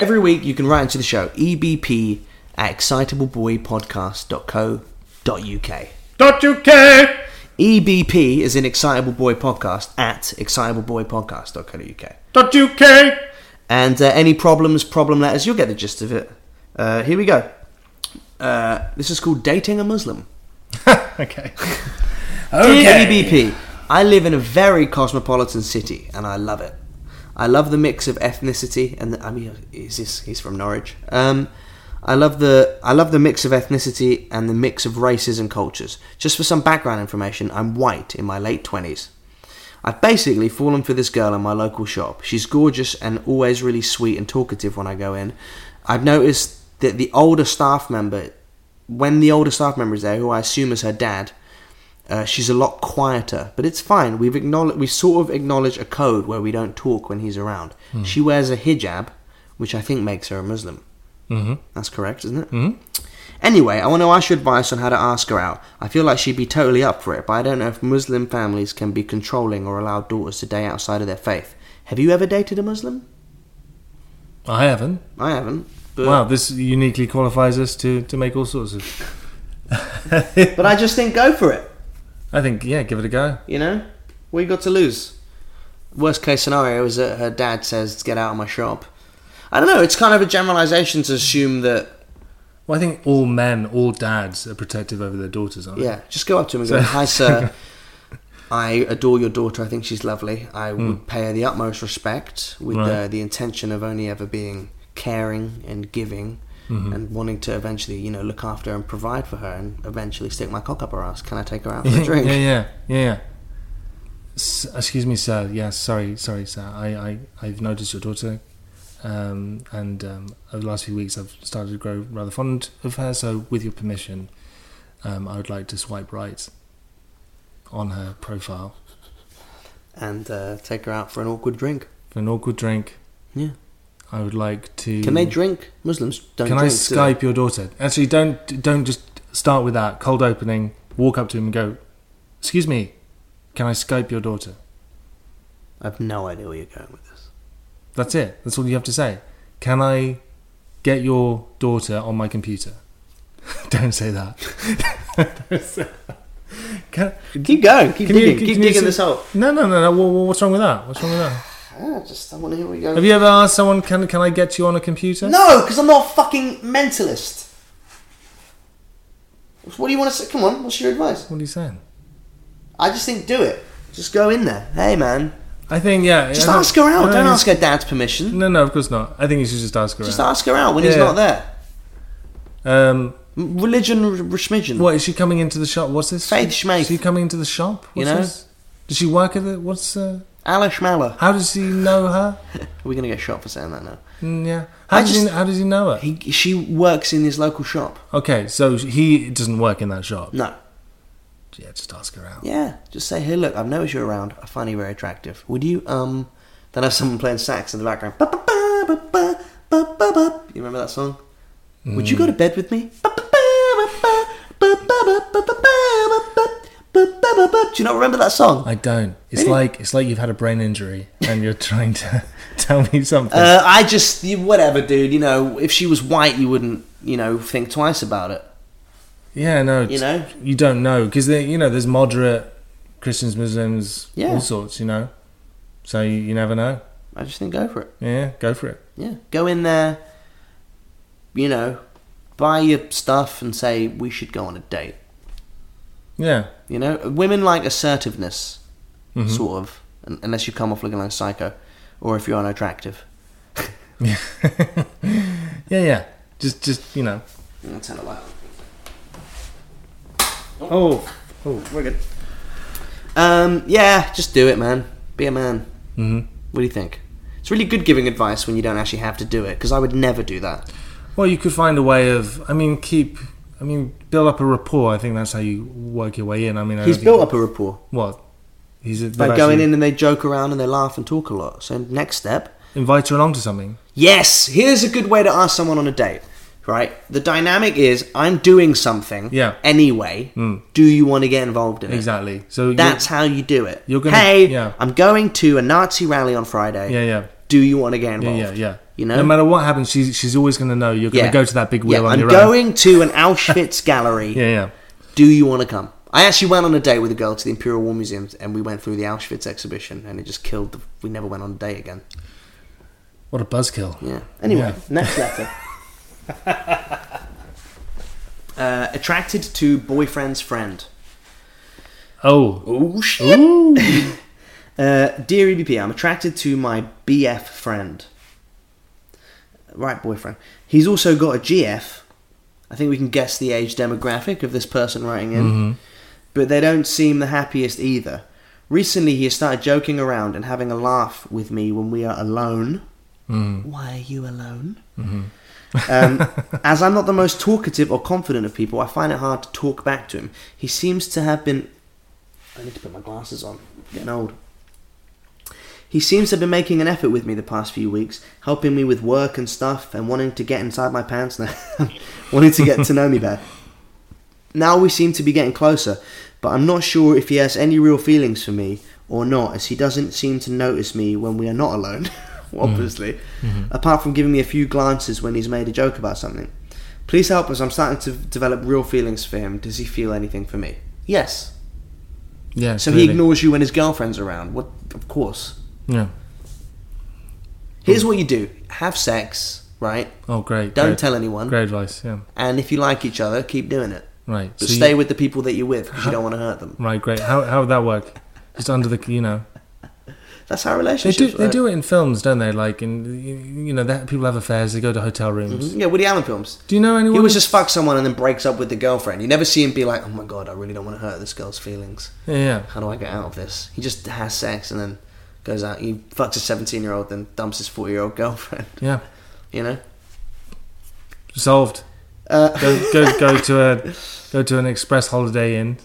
Speaker 1: Every week you can write into the show, ebp at excitableboypodcast.co.uk.
Speaker 2: dot UK.
Speaker 1: EBP E is in Excitable Boy Podcast at excitableboypodcast.co.uk.
Speaker 2: Dot UK.
Speaker 1: And uh, any problems, problem letters, you'll get the gist of it. Uh, here we go. Uh, this is called Dating a Muslim.
Speaker 2: Okay.
Speaker 1: Dear EBP, I live in a very cosmopolitan city and I love it. I love the mix of ethnicity and the, I mean, is this he's from Norwich? Um, I love the I love the mix of ethnicity and the mix of races and cultures. Just for some background information, I'm white in my late twenties. I've basically fallen for this girl in my local shop. She's gorgeous and always really sweet and talkative when I go in. I've noticed that the older staff member, when the older staff member is there, who I assume is her dad, uh, she's a lot quieter, but it's fine. We've acknowledge- we sort of acknowledge a code where we don't talk when he's around. She wears a hijab, which I think makes her a Muslim. Mm-hmm. That's correct, isn't it? Mm-hmm. Anyway, I want to ask your advice on how to ask her out. I feel like she'd be totally up for it, but I don't know if Muslim families can be controlling or allow daughters to date outside of their faith. Have you ever dated a Muslim?
Speaker 2: I haven't.
Speaker 1: I haven't. But,
Speaker 2: Wow, this uniquely qualifies us to to make all sorts of.
Speaker 1: but I just think go for it.
Speaker 2: I think yeah, give it a go.
Speaker 1: You know, we got to lose. Worst case scenario is that her dad says, "Get out of my shop." I don't know. It's kind of a generalization to assume that.
Speaker 2: Well, I think all men, all dads, are protective over their daughters, aren't
Speaker 1: Yeah, just go up to him and go, "Hi,
Speaker 2: *laughs*
Speaker 1: sir. I adore your daughter. I think she's lovely. I would pay her the utmost respect with uh,
Speaker 2: Hmm. Right.
Speaker 1: the intention of only ever being caring and giving."
Speaker 2: Mm-hmm.
Speaker 1: And wanting to eventually, you know, look after her and provide for her, and eventually stick my cock up her ass. Can I take her out for
Speaker 2: they?
Speaker 1: a drink?
Speaker 2: *laughs* yeah, yeah, yeah. yeah. S- excuse me, sir. Yeah, sorry, sorry, sir. I, I I've noticed your daughter, um, and um, over the last few weeks, I've started to grow rather fond of her. So, with your permission, um, I would like to swipe right on her profile
Speaker 1: And uh, take her out for an awkward drink.
Speaker 2: for an awkward drink.
Speaker 1: Yeah.
Speaker 2: I would like to.
Speaker 1: Can they drink? Muslims don't
Speaker 2: Can I
Speaker 1: drink. do they?
Speaker 2: Skype your daughter? Actually, don't don't just start with that cold opening. Walk up to him and go, "Excuse me, can I Skype your daughter?"
Speaker 1: I have no idea where you're going with this.
Speaker 2: That's it. That's all you have to say. Can I get your daughter on my computer? *laughs* Don't say that. Don't say that. Can,
Speaker 1: Keep going. Keep
Speaker 2: can you-
Speaker 1: digging.
Speaker 2: can
Speaker 1: keep
Speaker 2: you
Speaker 1: digging
Speaker 2: say-
Speaker 1: this out.
Speaker 2: No, no, no, no. wha- wha- What's wrong with that? What's wrong with that?
Speaker 1: I Ah, just I want to hear where you're going.
Speaker 2: Have you ever asked someone, can, can I get you on a computer?
Speaker 1: No, because I'm not a fucking mentalist. What do you want to say? Come on, what's your advice?
Speaker 2: What are you saying?
Speaker 1: I just think do it. Just go in there. Hey, man.
Speaker 2: I think, yeah.
Speaker 1: Just
Speaker 2: I don't-
Speaker 1: ask her
Speaker 2: I
Speaker 1: out. Don't
Speaker 2: think
Speaker 1: ask her dad's permission.
Speaker 2: No, no, of course not. I think you should just ask her
Speaker 1: Just
Speaker 2: out.
Speaker 1: ask her out when he's
Speaker 2: Yeah.
Speaker 1: not there.
Speaker 2: Um,
Speaker 1: M- Religion, r- rishmigion.
Speaker 2: what, is she coming into the shop? What's this?
Speaker 1: Faith Schmaith.
Speaker 2: Is she coming into the shop? What's
Speaker 1: You know?
Speaker 2: This? Does she work at the... What's... Uh,
Speaker 1: Alish Maller.
Speaker 2: how does he know her?
Speaker 1: We're going to get shot for saying that now.
Speaker 2: Mm, yeah. How
Speaker 1: I
Speaker 2: does, he,
Speaker 1: just-
Speaker 2: how does he know her?
Speaker 1: He, she works in his local shop.
Speaker 2: Okay, so he doesn't work in that shop.
Speaker 1: No.
Speaker 2: Yeah, just ask her out.
Speaker 1: Yeah. Just say, hey, look, I've noticed you're around. I find you very attractive. Would you, um... Then have someone playing sax in the background. Ba, ba, ba, ba, ba, ba, ba, ba. You remember that song? Would you go to bed with me? Ba, ba, ba, ba, ba, ba, ba, ba, ba, ba, ba, ba, ba, ba, ba. Do you not remember that song?
Speaker 2: I don't. It's like it's like you've had a brain injury and you're *laughs* trying to tell me something.
Speaker 1: Uh, I just you- whatever, dude. You know, if she was white, you wouldn't, you know, think twice about it.
Speaker 2: yeah, no.
Speaker 1: you
Speaker 2: t-
Speaker 1: know?
Speaker 2: you don't know because you know there's moderate Christians, Muslims,
Speaker 1: Yeah.
Speaker 2: all sorts. You know, so you, you never know.
Speaker 1: I just think go for it.
Speaker 2: Yeah, go for it.
Speaker 1: Yeah, go in there. You know, buy your stuff and say we should go on a date.
Speaker 2: Yeah,
Speaker 1: You know, women like assertiveness,
Speaker 2: Mm-hmm.
Speaker 1: sort of, un- unless you come off looking like a psycho, or if you're unattractive.
Speaker 2: yeah, *laughs* yeah. Just, just you know.
Speaker 1: That's how I like. it.
Speaker 2: Oh,
Speaker 1: We're good. Um, yeah, just do it, man. Be a man. Mm-hmm. What do you think? It's really good giving advice when you don't actually have to do it, because I would never do that.
Speaker 2: well, you could find a way of. I mean, keep. I mean, build up a rapport. I think that's how you work your way in. I mean, I
Speaker 1: He's
Speaker 2: don't
Speaker 1: built
Speaker 2: think-
Speaker 1: up a rapport
Speaker 2: What? He's they've
Speaker 1: by going
Speaker 2: actually-
Speaker 1: in and they joke around and they laugh and talk a lot. So next step,
Speaker 2: invite her along to something.
Speaker 1: yes, here's a good way to ask someone on a date. Right, the dynamic is I'm doing something.
Speaker 2: Yeah.
Speaker 1: Anyway,
Speaker 2: Mm.
Speaker 1: do you want to get involved in it?
Speaker 2: Exactly. So you-
Speaker 1: That's how you do it.
Speaker 2: You're gonna-
Speaker 1: hey,
Speaker 2: yeah.
Speaker 1: I'm going to a Nazi rally on Friday.
Speaker 2: Yeah, yeah.
Speaker 1: Do you want to get
Speaker 2: Yeah,
Speaker 1: involved?
Speaker 2: yeah, yeah.
Speaker 1: You know,
Speaker 2: no matter what happens, she's she's always going to know you're going to go to that big wheel
Speaker 1: Yeah,
Speaker 2: on
Speaker 1: I'm
Speaker 2: your own.
Speaker 1: going to an
Speaker 2: *laughs*
Speaker 1: Auschwitz gallery.
Speaker 2: Yeah, yeah.
Speaker 1: Do you want to come? I actually went on a date with a girl to the Imperial War Museum, and we went through the Auschwitz exhibition, and it just killed. The, we never went on a date again.
Speaker 2: What a buzzkill.
Speaker 1: Yeah. Anyway,
Speaker 2: Yeah.
Speaker 1: next letter. uh, attracted to boyfriend's friend.
Speaker 2: Oh,
Speaker 1: Oh shit. *laughs* uh, dear EBP, I'm attracted to my BF friend. Right, boyfriend. He's also got a GF. I think we can guess the age demographic of this person writing in. But they don't seem the happiest either. Recently, he has started joking around and having a laugh with me when we are alone. Why are you alone? Um, as I'm not the most talkative or confident of people, I find it hard to talk back to him. He seems to have been. I need to put my glasses on. I'm getting old. He seems to have been making an effort with me the past few weeks, helping me with work and stuff, and wanting to get inside my pants now, *laughs* wanting to get to know me better. Now we seem to be getting closer, but I'm not sure if he has any real feelings for me or not, as he doesn't seem to notice me when we are not alone, *laughs* obviously, apart from giving me a few glances when he's made a joke about something. Please help us, I'm starting to develop real feelings for him. Does he feel anything for me? Yes.
Speaker 2: yeah.
Speaker 1: So he
Speaker 2: clearly.
Speaker 1: ignores you when his girlfriend's around. What? Of course.
Speaker 2: Yeah.
Speaker 1: Here's what you do have sex, right?
Speaker 2: Oh, great.
Speaker 1: Don't
Speaker 2: Hmm. great.
Speaker 1: tell anyone.
Speaker 2: Great advice. Yeah.
Speaker 1: And if you like each other, keep doing it.
Speaker 2: Right.
Speaker 1: But
Speaker 2: so
Speaker 1: stay
Speaker 2: you-
Speaker 1: with the people that you're with because you don't want to hurt them.
Speaker 2: Right. Great. How how would that work? Just under the you know
Speaker 1: That's how
Speaker 2: they do
Speaker 1: relationships
Speaker 2: they
Speaker 1: work.
Speaker 2: do it in films, don't they? Like in you- you know that people have affairs. They go to hotel rooms.
Speaker 1: Yeah, Woody Allen films.
Speaker 2: Do you know anyone?
Speaker 1: Mm-hmm. He always just
Speaker 2: that's-
Speaker 1: fucks someone and then breaks up with the girlfriend. You never see him be like, "Oh my god, I really don't want to hurt this girl's feelings.
Speaker 2: yeah, yeah.
Speaker 1: How do I get out of this?" He just has sex and then goes out. He fucks a seventeen-year-old, then dumps his forty-year-old girlfriend.
Speaker 2: yeah.
Speaker 1: You know?
Speaker 2: Solved.
Speaker 1: Uh,
Speaker 2: Go
Speaker 1: *laughs*
Speaker 2: go go to a go to an express holiday inn.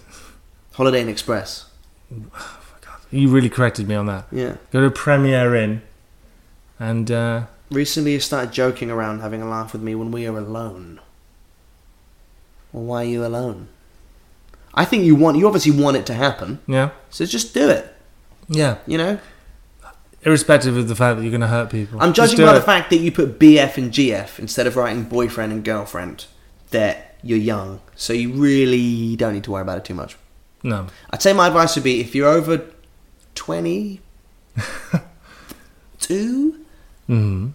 Speaker 1: Holiday Inn Express.
Speaker 2: You really corrected me on that.
Speaker 1: Yeah.
Speaker 2: Go to Premier Inn, and uh,
Speaker 1: Recently, he started joking around, having a laugh with me when we are alone. Well, why are you alone? I think you want. You obviously want it to happen,
Speaker 2: yeah,
Speaker 1: so just do it.
Speaker 2: yeah.
Speaker 1: You know,
Speaker 2: irrespective of the fact that you're going to hurt people.
Speaker 1: I'm
Speaker 2: Just
Speaker 1: judging
Speaker 2: do
Speaker 1: by
Speaker 2: it.
Speaker 1: the fact that you put BF and GF instead of writing boyfriend and girlfriend. That you're young, so you really don't need to worry about it too much.
Speaker 2: No.
Speaker 1: I'd say my advice would be if you're over 22,
Speaker 2: hmm
Speaker 1: and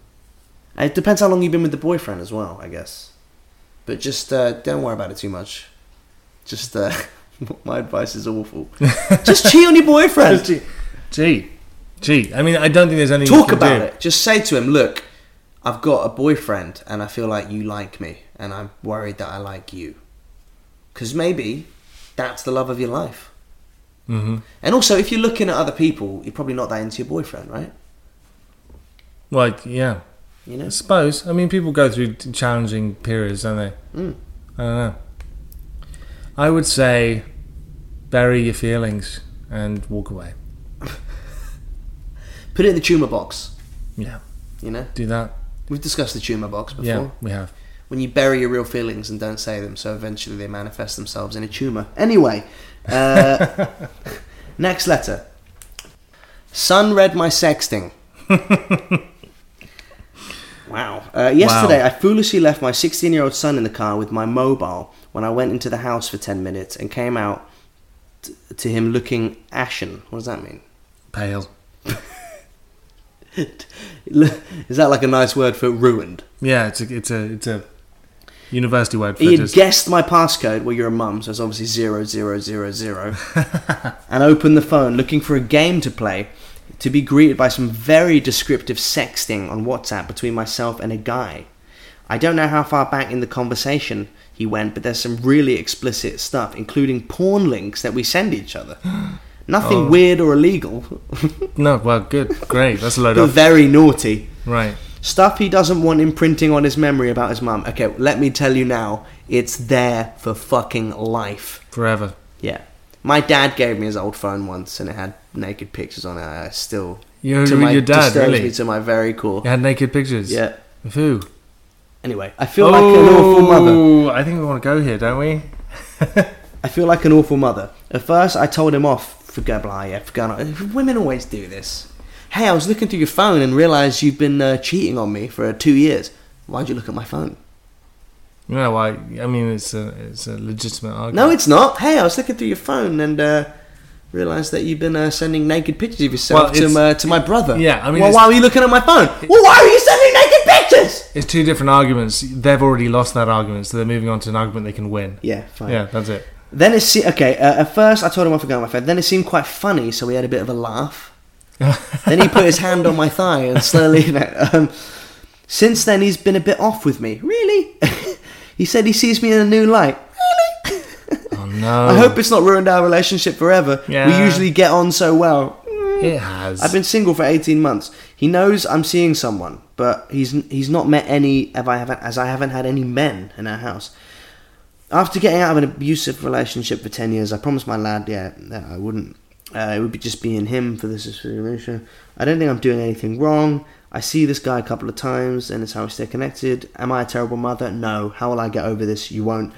Speaker 1: it depends how long you've been with the boyfriend as well, I guess. But just uh, don't worry about it too much. Just, uh, *laughs* my advice is *laughs* awful. just cheat on your boyfriend.
Speaker 2: Gee, gee. I mean, I don't think there's anything. you
Speaker 1: Talk
Speaker 2: can
Speaker 1: about
Speaker 2: do.
Speaker 1: it. Just say to him, look, I've got a boyfriend and I feel like you like me and I'm worried that I like you. Because maybe that's the love of your life.
Speaker 2: Mm-hmm.
Speaker 1: And also, if you're looking at other people, you're probably not that into your boyfriend, right?
Speaker 2: Like, yeah.
Speaker 1: You know?
Speaker 2: I suppose. I mean, people go through t- challenging periods, don't they?
Speaker 1: Mm.
Speaker 2: I don't know. I would say bury your feelings and walk away.
Speaker 1: Put it in the tumour box,
Speaker 2: Yeah,
Speaker 1: you know?
Speaker 2: do that.
Speaker 1: We've discussed the tumour box before.
Speaker 2: Yeah, we have.
Speaker 1: When you bury your real feelings and don't say them, so eventually they manifest themselves in a tumour. Anyway, uh, next letter. Son read my sexting. wow. Uh, yesterday,
Speaker 2: Wow.
Speaker 1: I foolishly left my 16 year old son in the car with my mobile when I went into the house for 10 minutes and came out t- to him looking ashen. What does that mean? *laughs*
Speaker 2: Pale.
Speaker 1: Is that like a nice word for ruined?
Speaker 2: Yeah, it's a, it's a, it's a university word for
Speaker 1: He had
Speaker 2: just.
Speaker 1: guessed my passcode. Well, you're a mum, so it's obviously zero zero zero zero. and opened the phone, looking for a game to play, to be greeted by some very descriptive sexting on WhatsApp between myself and a guy. I don't know how far back in the conversation he went, but there's some really explicit stuff, including porn links that we send each other. Nothing weird or illegal,
Speaker 2: *laughs* no, well, good, great. That's a load
Speaker 1: but *laughs*
Speaker 2: of
Speaker 1: very naughty.
Speaker 2: right.
Speaker 1: Stuff he doesn't want imprinting on his memory about his mum. Okay, let me tell you now, it's there for fucking life.
Speaker 2: forever.
Speaker 1: Yeah. My dad gave me his old phone once and it had naked pictures on it. I still.
Speaker 2: You- with your dad,
Speaker 1: disturbs
Speaker 2: really?
Speaker 1: me to my very core.
Speaker 2: You had naked pictures.
Speaker 1: Yeah.
Speaker 2: Of who?
Speaker 1: Anyway, I feel like an awful mother.
Speaker 2: Oh, I think we want to go here, don't we?
Speaker 1: I feel like an awful mother. At first, I told him off for go blah, yeah, for going on. Women always do this. Hey, I was looking through your phone and realised you've been uh, cheating on me for uh, two years. Why'd you look at my phone?
Speaker 2: You know why? I mean, it's a it's a legitimate argument.
Speaker 1: No, it's not. Hey, I was looking through your phone and uh, realised that you've been uh, sending naked pictures of yourself
Speaker 2: Well,
Speaker 1: to,
Speaker 2: it's-
Speaker 1: my, to my brother.
Speaker 2: Yeah, I mean,
Speaker 1: well,
Speaker 2: it's-
Speaker 1: why were you looking at my phone? well, why were you sending naked pictures?
Speaker 2: it's two different arguments. They've already lost that argument, so they're moving on to an argument they can win.
Speaker 1: Yeah, fine.
Speaker 2: Yeah, that's it.
Speaker 1: Then it se- okay. Uh, at first, I told him I forgot my phone. Then it seemed quite funny, so we had a bit of a
Speaker 2: *laughs*
Speaker 1: laugh. then he put his hand on my thigh and slowly. you know, um, since then, he's been a bit off with me. Really? *laughs* he said he sees me in a new light. Really?
Speaker 2: Oh no!
Speaker 1: *laughs* I hope it's not ruined our relationship forever.
Speaker 2: Yeah.
Speaker 1: We usually get on so well.
Speaker 2: it has.
Speaker 1: I've been single for 18 months. He knows I'm seeing someone, but he's he's not met any if I haven't as I haven't had any men in our house. After getting out of an abusive relationship for 10 years, I promised my lad, yeah, no, I wouldn't. Uh, it would be just being him for this situation. I don't think I'm doing anything wrong. I see this guy a couple of times, and it's how we stay connected. Am I a terrible mother? No. How will I get over this? You won't.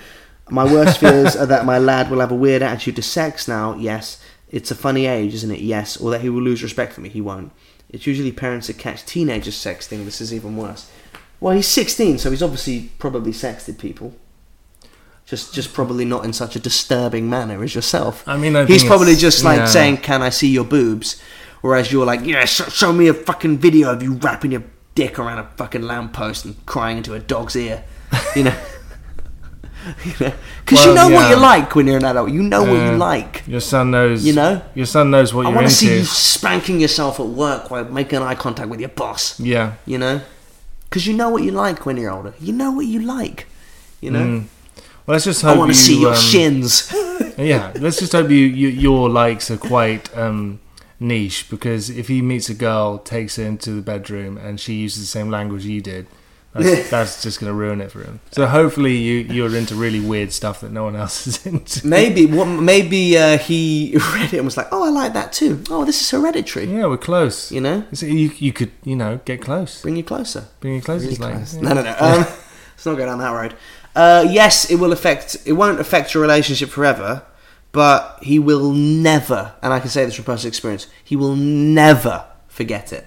Speaker 1: My worst fears are that my lad will have a weird attitude to sex now. Yes. It's a funny age, isn't it? Yes. Or that he will lose respect for me. He won't. It's usually parents that catch teenagers sexting. This is even worse. Well, he's 16, so he's obviously probably sexted people. Just, just probably not in such a disturbing manner as yourself.
Speaker 2: I mean, I
Speaker 1: he's
Speaker 2: think
Speaker 1: probably
Speaker 2: it's-
Speaker 1: just like
Speaker 2: yeah.
Speaker 1: saying, "Can I see your boobs?" Whereas you're like, "Yeah, sh- show me a fucking video of you wrapping your dick around a fucking lamppost and crying into a dog's ear," you know. *laughs* Because you, know? 'Cause you
Speaker 2: Well,
Speaker 1: know what
Speaker 2: yeah.
Speaker 1: you like when you're an adult. You know what
Speaker 2: Uh,
Speaker 1: you like.
Speaker 2: Your son knows.
Speaker 1: You know?
Speaker 2: Your son knows what
Speaker 1: I
Speaker 2: you're
Speaker 1: want
Speaker 2: into.
Speaker 1: to see you spanking yourself at work while making eye contact with your boss.
Speaker 2: Yeah.
Speaker 1: You know, because you know what you like when you're older. You know what you like. You know,
Speaker 2: Well, let's just Mm. hope
Speaker 1: I want
Speaker 2: you,
Speaker 1: to see your
Speaker 2: um,
Speaker 1: shins.
Speaker 2: *laughs* Yeah. Let's just hope you, you your likes are quite um, niche because if he meets a girl, takes her into the bedroom, and she uses the same language you did.
Speaker 1: *laughs*
Speaker 2: That's, that's just going to ruin it for him. So hopefully you you're into really weird stuff that no one else is *laughs* into.
Speaker 1: Maybe what? Maybe uh, he *laughs* read it and was like, "Oh, I like that too. Oh, this is hereditary."
Speaker 2: Yeah, we're close.
Speaker 1: You know?
Speaker 2: So you you could you know get close.
Speaker 1: Bring you closer.
Speaker 2: Bring it close.
Speaker 1: Bring
Speaker 2: is
Speaker 1: you
Speaker 2: like
Speaker 1: close.
Speaker 2: yeah.
Speaker 1: No, no, no. Um, *laughs* let's not go down that road. Uh, yes, it will affect. It won't affect your relationship forever, but he will never. And I can say this from personal experience. He will never forget it.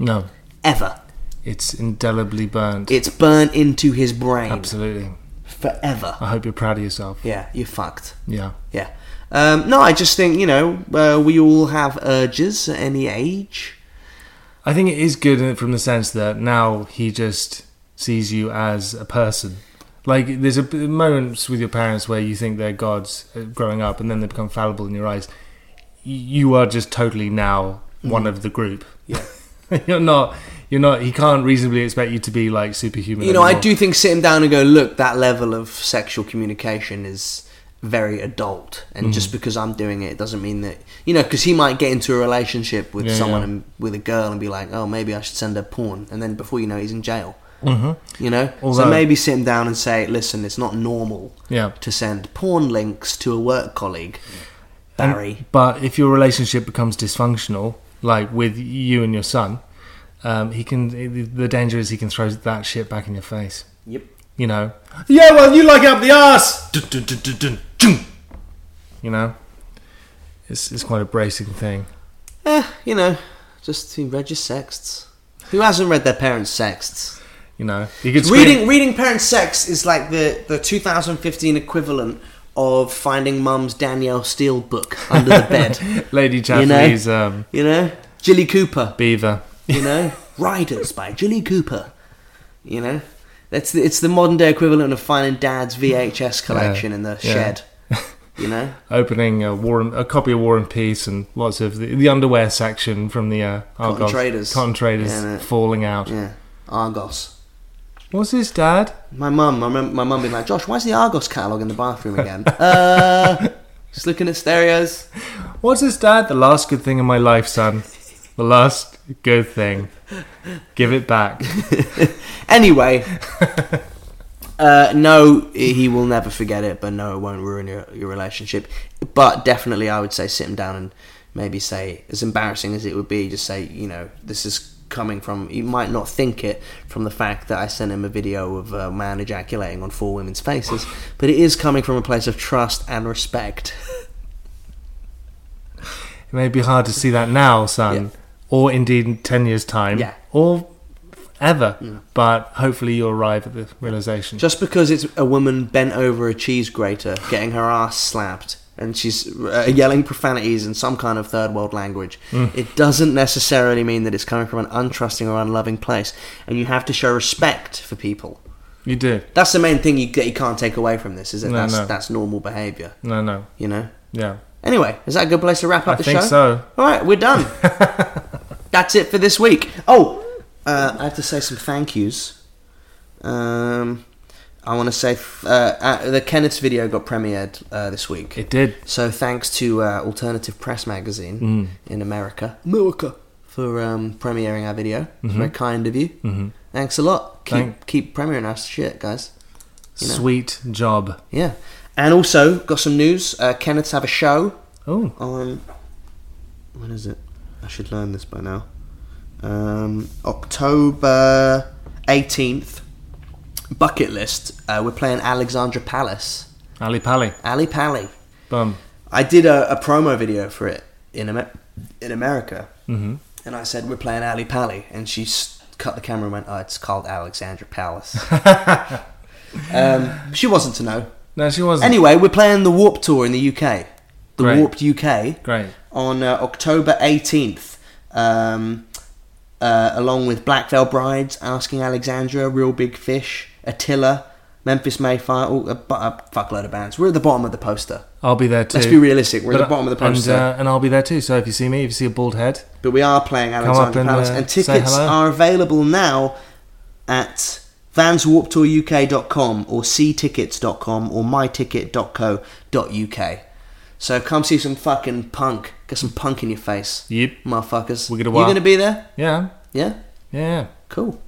Speaker 2: No,
Speaker 1: Ever.
Speaker 2: it's indelibly burned.
Speaker 1: It's burnt into his brain.
Speaker 2: Absolutely.
Speaker 1: Forever.
Speaker 2: I hope you're proud of yourself.
Speaker 1: Yeah, you're fucked.
Speaker 2: Yeah.
Speaker 1: Yeah. Um, no, I just think, you know, uh, we all have urges at any age.
Speaker 2: I think it is good in- from the sense that now he just sees you as a person. Like there's a p- moments with your parents where you think they're gods uh, growing up, and then they become fallible in your eyes. Y- You are just totally now
Speaker 1: Mm.
Speaker 2: one of the group. Yeah, *laughs* you're not. You're not. He can't reasonably expect you to be like superhuman.
Speaker 1: You know, I
Speaker 2: anymore.
Speaker 1: do think sitting down and go, look, that level of sexual communication is very adult, and
Speaker 2: Mm.
Speaker 1: just because I'm doing it, it doesn't mean that you know, because he might get into a relationship with
Speaker 2: Yeah,
Speaker 1: someone
Speaker 2: yeah.
Speaker 1: and with a girl and be like, oh, maybe I should send her porn, and then before you know, it, he's in jail. Mm-hmm. You know, so
Speaker 2: Although-
Speaker 1: maybe sitting down and say, listen, it's not normal
Speaker 2: Yeah.
Speaker 1: to send porn links to a work colleague,
Speaker 2: And-
Speaker 1: Barry.
Speaker 2: but if your relationship becomes dysfunctional, like with you and your son, um, he can. The danger is he can throw that shit back in your face.
Speaker 1: Yep.
Speaker 2: You know. Yeah, well, you like it up the arse. Dun, dun, dun, dun, dun, dun. You know, it's it's quite a bracing thing.
Speaker 1: Eh, you know, just to read your sexts. Who hasn't read their parents' sexts?
Speaker 2: You know, he could scream- *laughs*
Speaker 1: Reading reading Parents' Sex is like the, the 2015 equivalent of finding Mum's Danielle Steele book under the bed.
Speaker 2: *laughs* Lady
Speaker 1: you know?
Speaker 2: Jaffrey's um,
Speaker 1: you know? Jilly Cooper.
Speaker 2: beaver.
Speaker 1: You know? *laughs* Riders by Jilly Cooper. You know? That's the, it's the modern day equivalent of finding Dad's VHS collection in the
Speaker 2: yeah. *laughs*
Speaker 1: shed. You know?
Speaker 2: Opening a war, and- a copy of War and Peace, and lots of the, the underwear section from the uh, oh
Speaker 1: Cotton
Speaker 2: God,
Speaker 1: Traders.
Speaker 2: cotton traders
Speaker 1: Yeah, no.
Speaker 2: falling out.
Speaker 1: Yeah. Argos.
Speaker 2: What's this, Dad?
Speaker 1: My mum, I remember my mum being like, Josh, why's the Argos catalogue in the bathroom
Speaker 2: *laughs*
Speaker 1: again? uh, just looking at stereos.
Speaker 2: What's this, Dad? The last good thing in my life, son. The last good thing. Give it back.
Speaker 1: Anyway, uh, no, he will never forget it, but no, it won't ruin your, your relationship. But definitely, I would say sit him down and maybe say, as embarrassing as it would be, just say, you know, this is coming from, you might not think it from the fact that I sent him a video of a man ejaculating on four women's faces, but it is coming from a place of trust and respect.
Speaker 2: It may be hard to see that now, son,
Speaker 1: Yeah.
Speaker 2: or indeed in 10 years' time,
Speaker 1: Yeah. Mm.
Speaker 2: or ever. But hopefully you'll arrive at the realization.
Speaker 1: Just because it's a woman bent over a cheese grater, getting her ass slapped, and she's uh, yelling profanities in some kind of third world language,
Speaker 2: Mm.
Speaker 1: it doesn't necessarily mean that it's coming from an untrusting or unloving place. And you have to show respect for people.
Speaker 2: you do.
Speaker 1: That's the main thing you, that you can't take away from this, is that
Speaker 2: No,
Speaker 1: that's,
Speaker 2: no.
Speaker 1: that's normal behaviour,
Speaker 2: No, no.
Speaker 1: you know?
Speaker 2: Yeah.
Speaker 1: Anyway, is that a good place to wrap up
Speaker 2: I
Speaker 1: the
Speaker 2: think
Speaker 1: show?
Speaker 2: so.
Speaker 1: All right, we're
Speaker 2: *laughs*
Speaker 1: done. That's it for this week. Oh, uh, I have to say some thank yous. Um, I want to say f- uh, uh, the Kenneth's video got premiered uh, this week.
Speaker 2: It did.
Speaker 1: so thanks to uh, Alternative Press magazine
Speaker 2: Mm.
Speaker 1: in America, America, for um, premiering our video. It's very kind of you. Mm-hmm. Thanks a lot. Keep
Speaker 2: Thank-
Speaker 1: keep premiering our shit, guys. know.
Speaker 2: Sweet job.
Speaker 1: Yeah, and also got some news. Uh, Kenneth's have a show
Speaker 2: Oh,
Speaker 1: on when is it? I should learn this by now. Um, October eighteenth. Bucket list. Uh, we're playing Alexandra Palace.
Speaker 2: Ali Pali.
Speaker 1: Ali Pally.
Speaker 2: Bum.
Speaker 1: I did a, a promo video for it in Amer- in America, mm-hmm. and I said we're playing Ali Pally, and she s- cut the camera and went, "Oh, it's called Alexandra Palace."
Speaker 2: *laughs*
Speaker 1: um, she wasn't to know.
Speaker 2: *laughs* No, she wasn't.
Speaker 1: Anyway, we're playing the Warp Tour in the UK. The
Speaker 2: Great.
Speaker 1: Warped UK
Speaker 2: Great.
Speaker 1: on uh, October 18th, um, uh, along with Black Veil Brides, Asking Alexandria, Real Big Fish, Attila, Memphis Mayfire, all, a, bu- a fuckload of bands. We're at the bottom of the poster,
Speaker 2: I'll be there too.
Speaker 1: Let's be realistic, we're at
Speaker 2: But-
Speaker 1: the bottom of the poster.
Speaker 2: And, uh, and I'll be there too. So if you see me, if you see a bald head,
Speaker 1: but we are playing
Speaker 2: up
Speaker 1: Alexandria
Speaker 2: and,
Speaker 1: Palace,
Speaker 2: uh,
Speaker 1: and
Speaker 2: say
Speaker 1: tickets
Speaker 2: hello.
Speaker 1: are available now at vanswarptouruk.com or ctickets.com or myticket.co.uk. So come see some fucking punk. Get some punk in your face.
Speaker 2: Yep.
Speaker 1: Motherfuckers.
Speaker 2: We're gonna
Speaker 1: You
Speaker 2: wow.
Speaker 1: gonna be there?
Speaker 2: yeah,
Speaker 1: Yeah?
Speaker 2: yeah, yeah.
Speaker 1: Cool.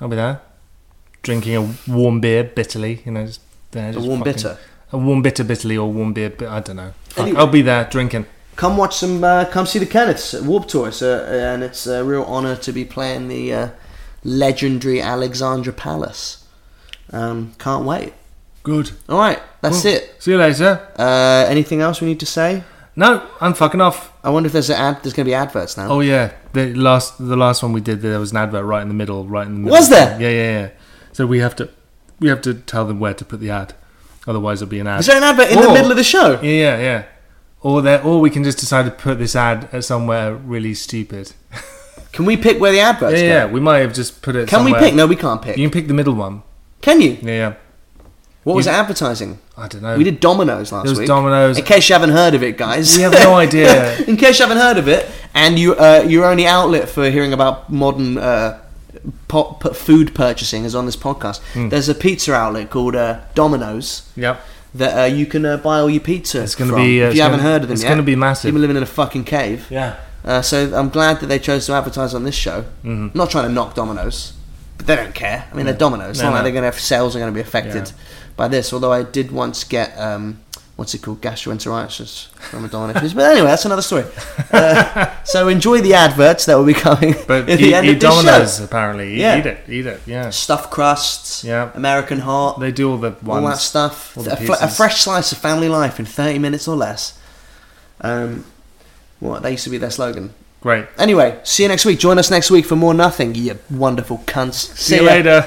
Speaker 2: I'll be there. Drinking a warm beer bitterly, you know, just there. Just
Speaker 1: warm bitter?
Speaker 2: A warm bitter bitterly or warm beer, but I don't know. Fuck,
Speaker 1: Anyway.
Speaker 2: I'll be there drinking.
Speaker 1: Come watch some. Uh, come see the Kenneths at Warp Tour. It's a, and it's a real honour to be playing the uh, legendary Alexandra Palace. Um, can't wait.
Speaker 2: Good.
Speaker 1: All right, that's
Speaker 2: Cool.
Speaker 1: it.
Speaker 2: See you later.
Speaker 1: Uh, anything else we need to say?
Speaker 2: No, I'm fucking off.
Speaker 1: I wonder if there's an ad. There's going to be adverts now.
Speaker 2: Oh yeah, the last the last one we did there was an advert right in the middle, right in the middle.
Speaker 1: Was there?
Speaker 2: Yeah, yeah, yeah. So we have to we have to tell them where to put the ad, otherwise it'll be an ad.
Speaker 1: Is there an advert in the middle of the show?
Speaker 2: Yeah, yeah, yeah. Or there, or we can just decide to put this ad at somewhere really stupid. *laughs*
Speaker 1: Can we pick where the adverts go?
Speaker 2: yeah, yeah. We might have just put it.
Speaker 1: Can
Speaker 2: somewhere.
Speaker 1: we pick? No, we can't pick.
Speaker 2: You can pick the middle one.
Speaker 1: Can you?
Speaker 2: Yeah, yeah.
Speaker 1: What was
Speaker 2: You-
Speaker 1: it advertising?
Speaker 2: I don't know.
Speaker 1: We did Domino's last
Speaker 2: There was
Speaker 1: week.
Speaker 2: Domino's.
Speaker 1: In case you haven't heard of it, guys.
Speaker 2: We have
Speaker 1: *laughs*
Speaker 2: no idea.
Speaker 1: In case you haven't heard of it, and you uh, your only outlet for hearing about modern uh, pop, p- food purchasing is on this podcast. There's a pizza outlet called uh, Domino's
Speaker 2: Hmm. Yep.
Speaker 1: that uh, you can uh, buy all your pizza.
Speaker 2: It's gonna
Speaker 1: from.
Speaker 2: be, uh,
Speaker 1: if
Speaker 2: it's
Speaker 1: you haven't
Speaker 2: gonna-
Speaker 1: heard of them
Speaker 2: it's
Speaker 1: yet,
Speaker 2: gonna be massive.
Speaker 1: People living in a fucking cave.
Speaker 2: Yeah.
Speaker 1: Uh, so I'm glad that they chose to advertise on this show. I'm not trying to knock Domino's, but they don't care. I mean, they're Domino's. It's
Speaker 2: Mm-hmm. No,
Speaker 1: not like
Speaker 2: no.
Speaker 1: they're going to have sales are going to be affected
Speaker 2: Yeah.
Speaker 1: by this. Although I did once get um, what's it called gastroenteritis from a Domino's. but anyway, that's another story.
Speaker 2: *laughs*
Speaker 1: Uh, so enjoy the adverts that will be coming
Speaker 2: But
Speaker 1: at
Speaker 2: eat,
Speaker 1: the end
Speaker 2: eat
Speaker 1: of this
Speaker 2: Domino's
Speaker 1: show.
Speaker 2: apparently.
Speaker 1: Yeah.
Speaker 2: Yeah. Eat it. Eat it. Yeah.
Speaker 1: Stuffed crusts,
Speaker 2: Yeah.
Speaker 1: American heart,
Speaker 2: They do all the
Speaker 1: all
Speaker 2: ones.
Speaker 1: that stuff.
Speaker 2: all
Speaker 1: a,
Speaker 2: the
Speaker 1: fl- a
Speaker 2: pieces.
Speaker 1: fresh slice of family life in 30 minutes or less. Um, what that used to be their slogan.
Speaker 2: Great.
Speaker 1: Anyway, see you next week. Join us next week for more nothing, you wonderful cunts.
Speaker 2: See you later.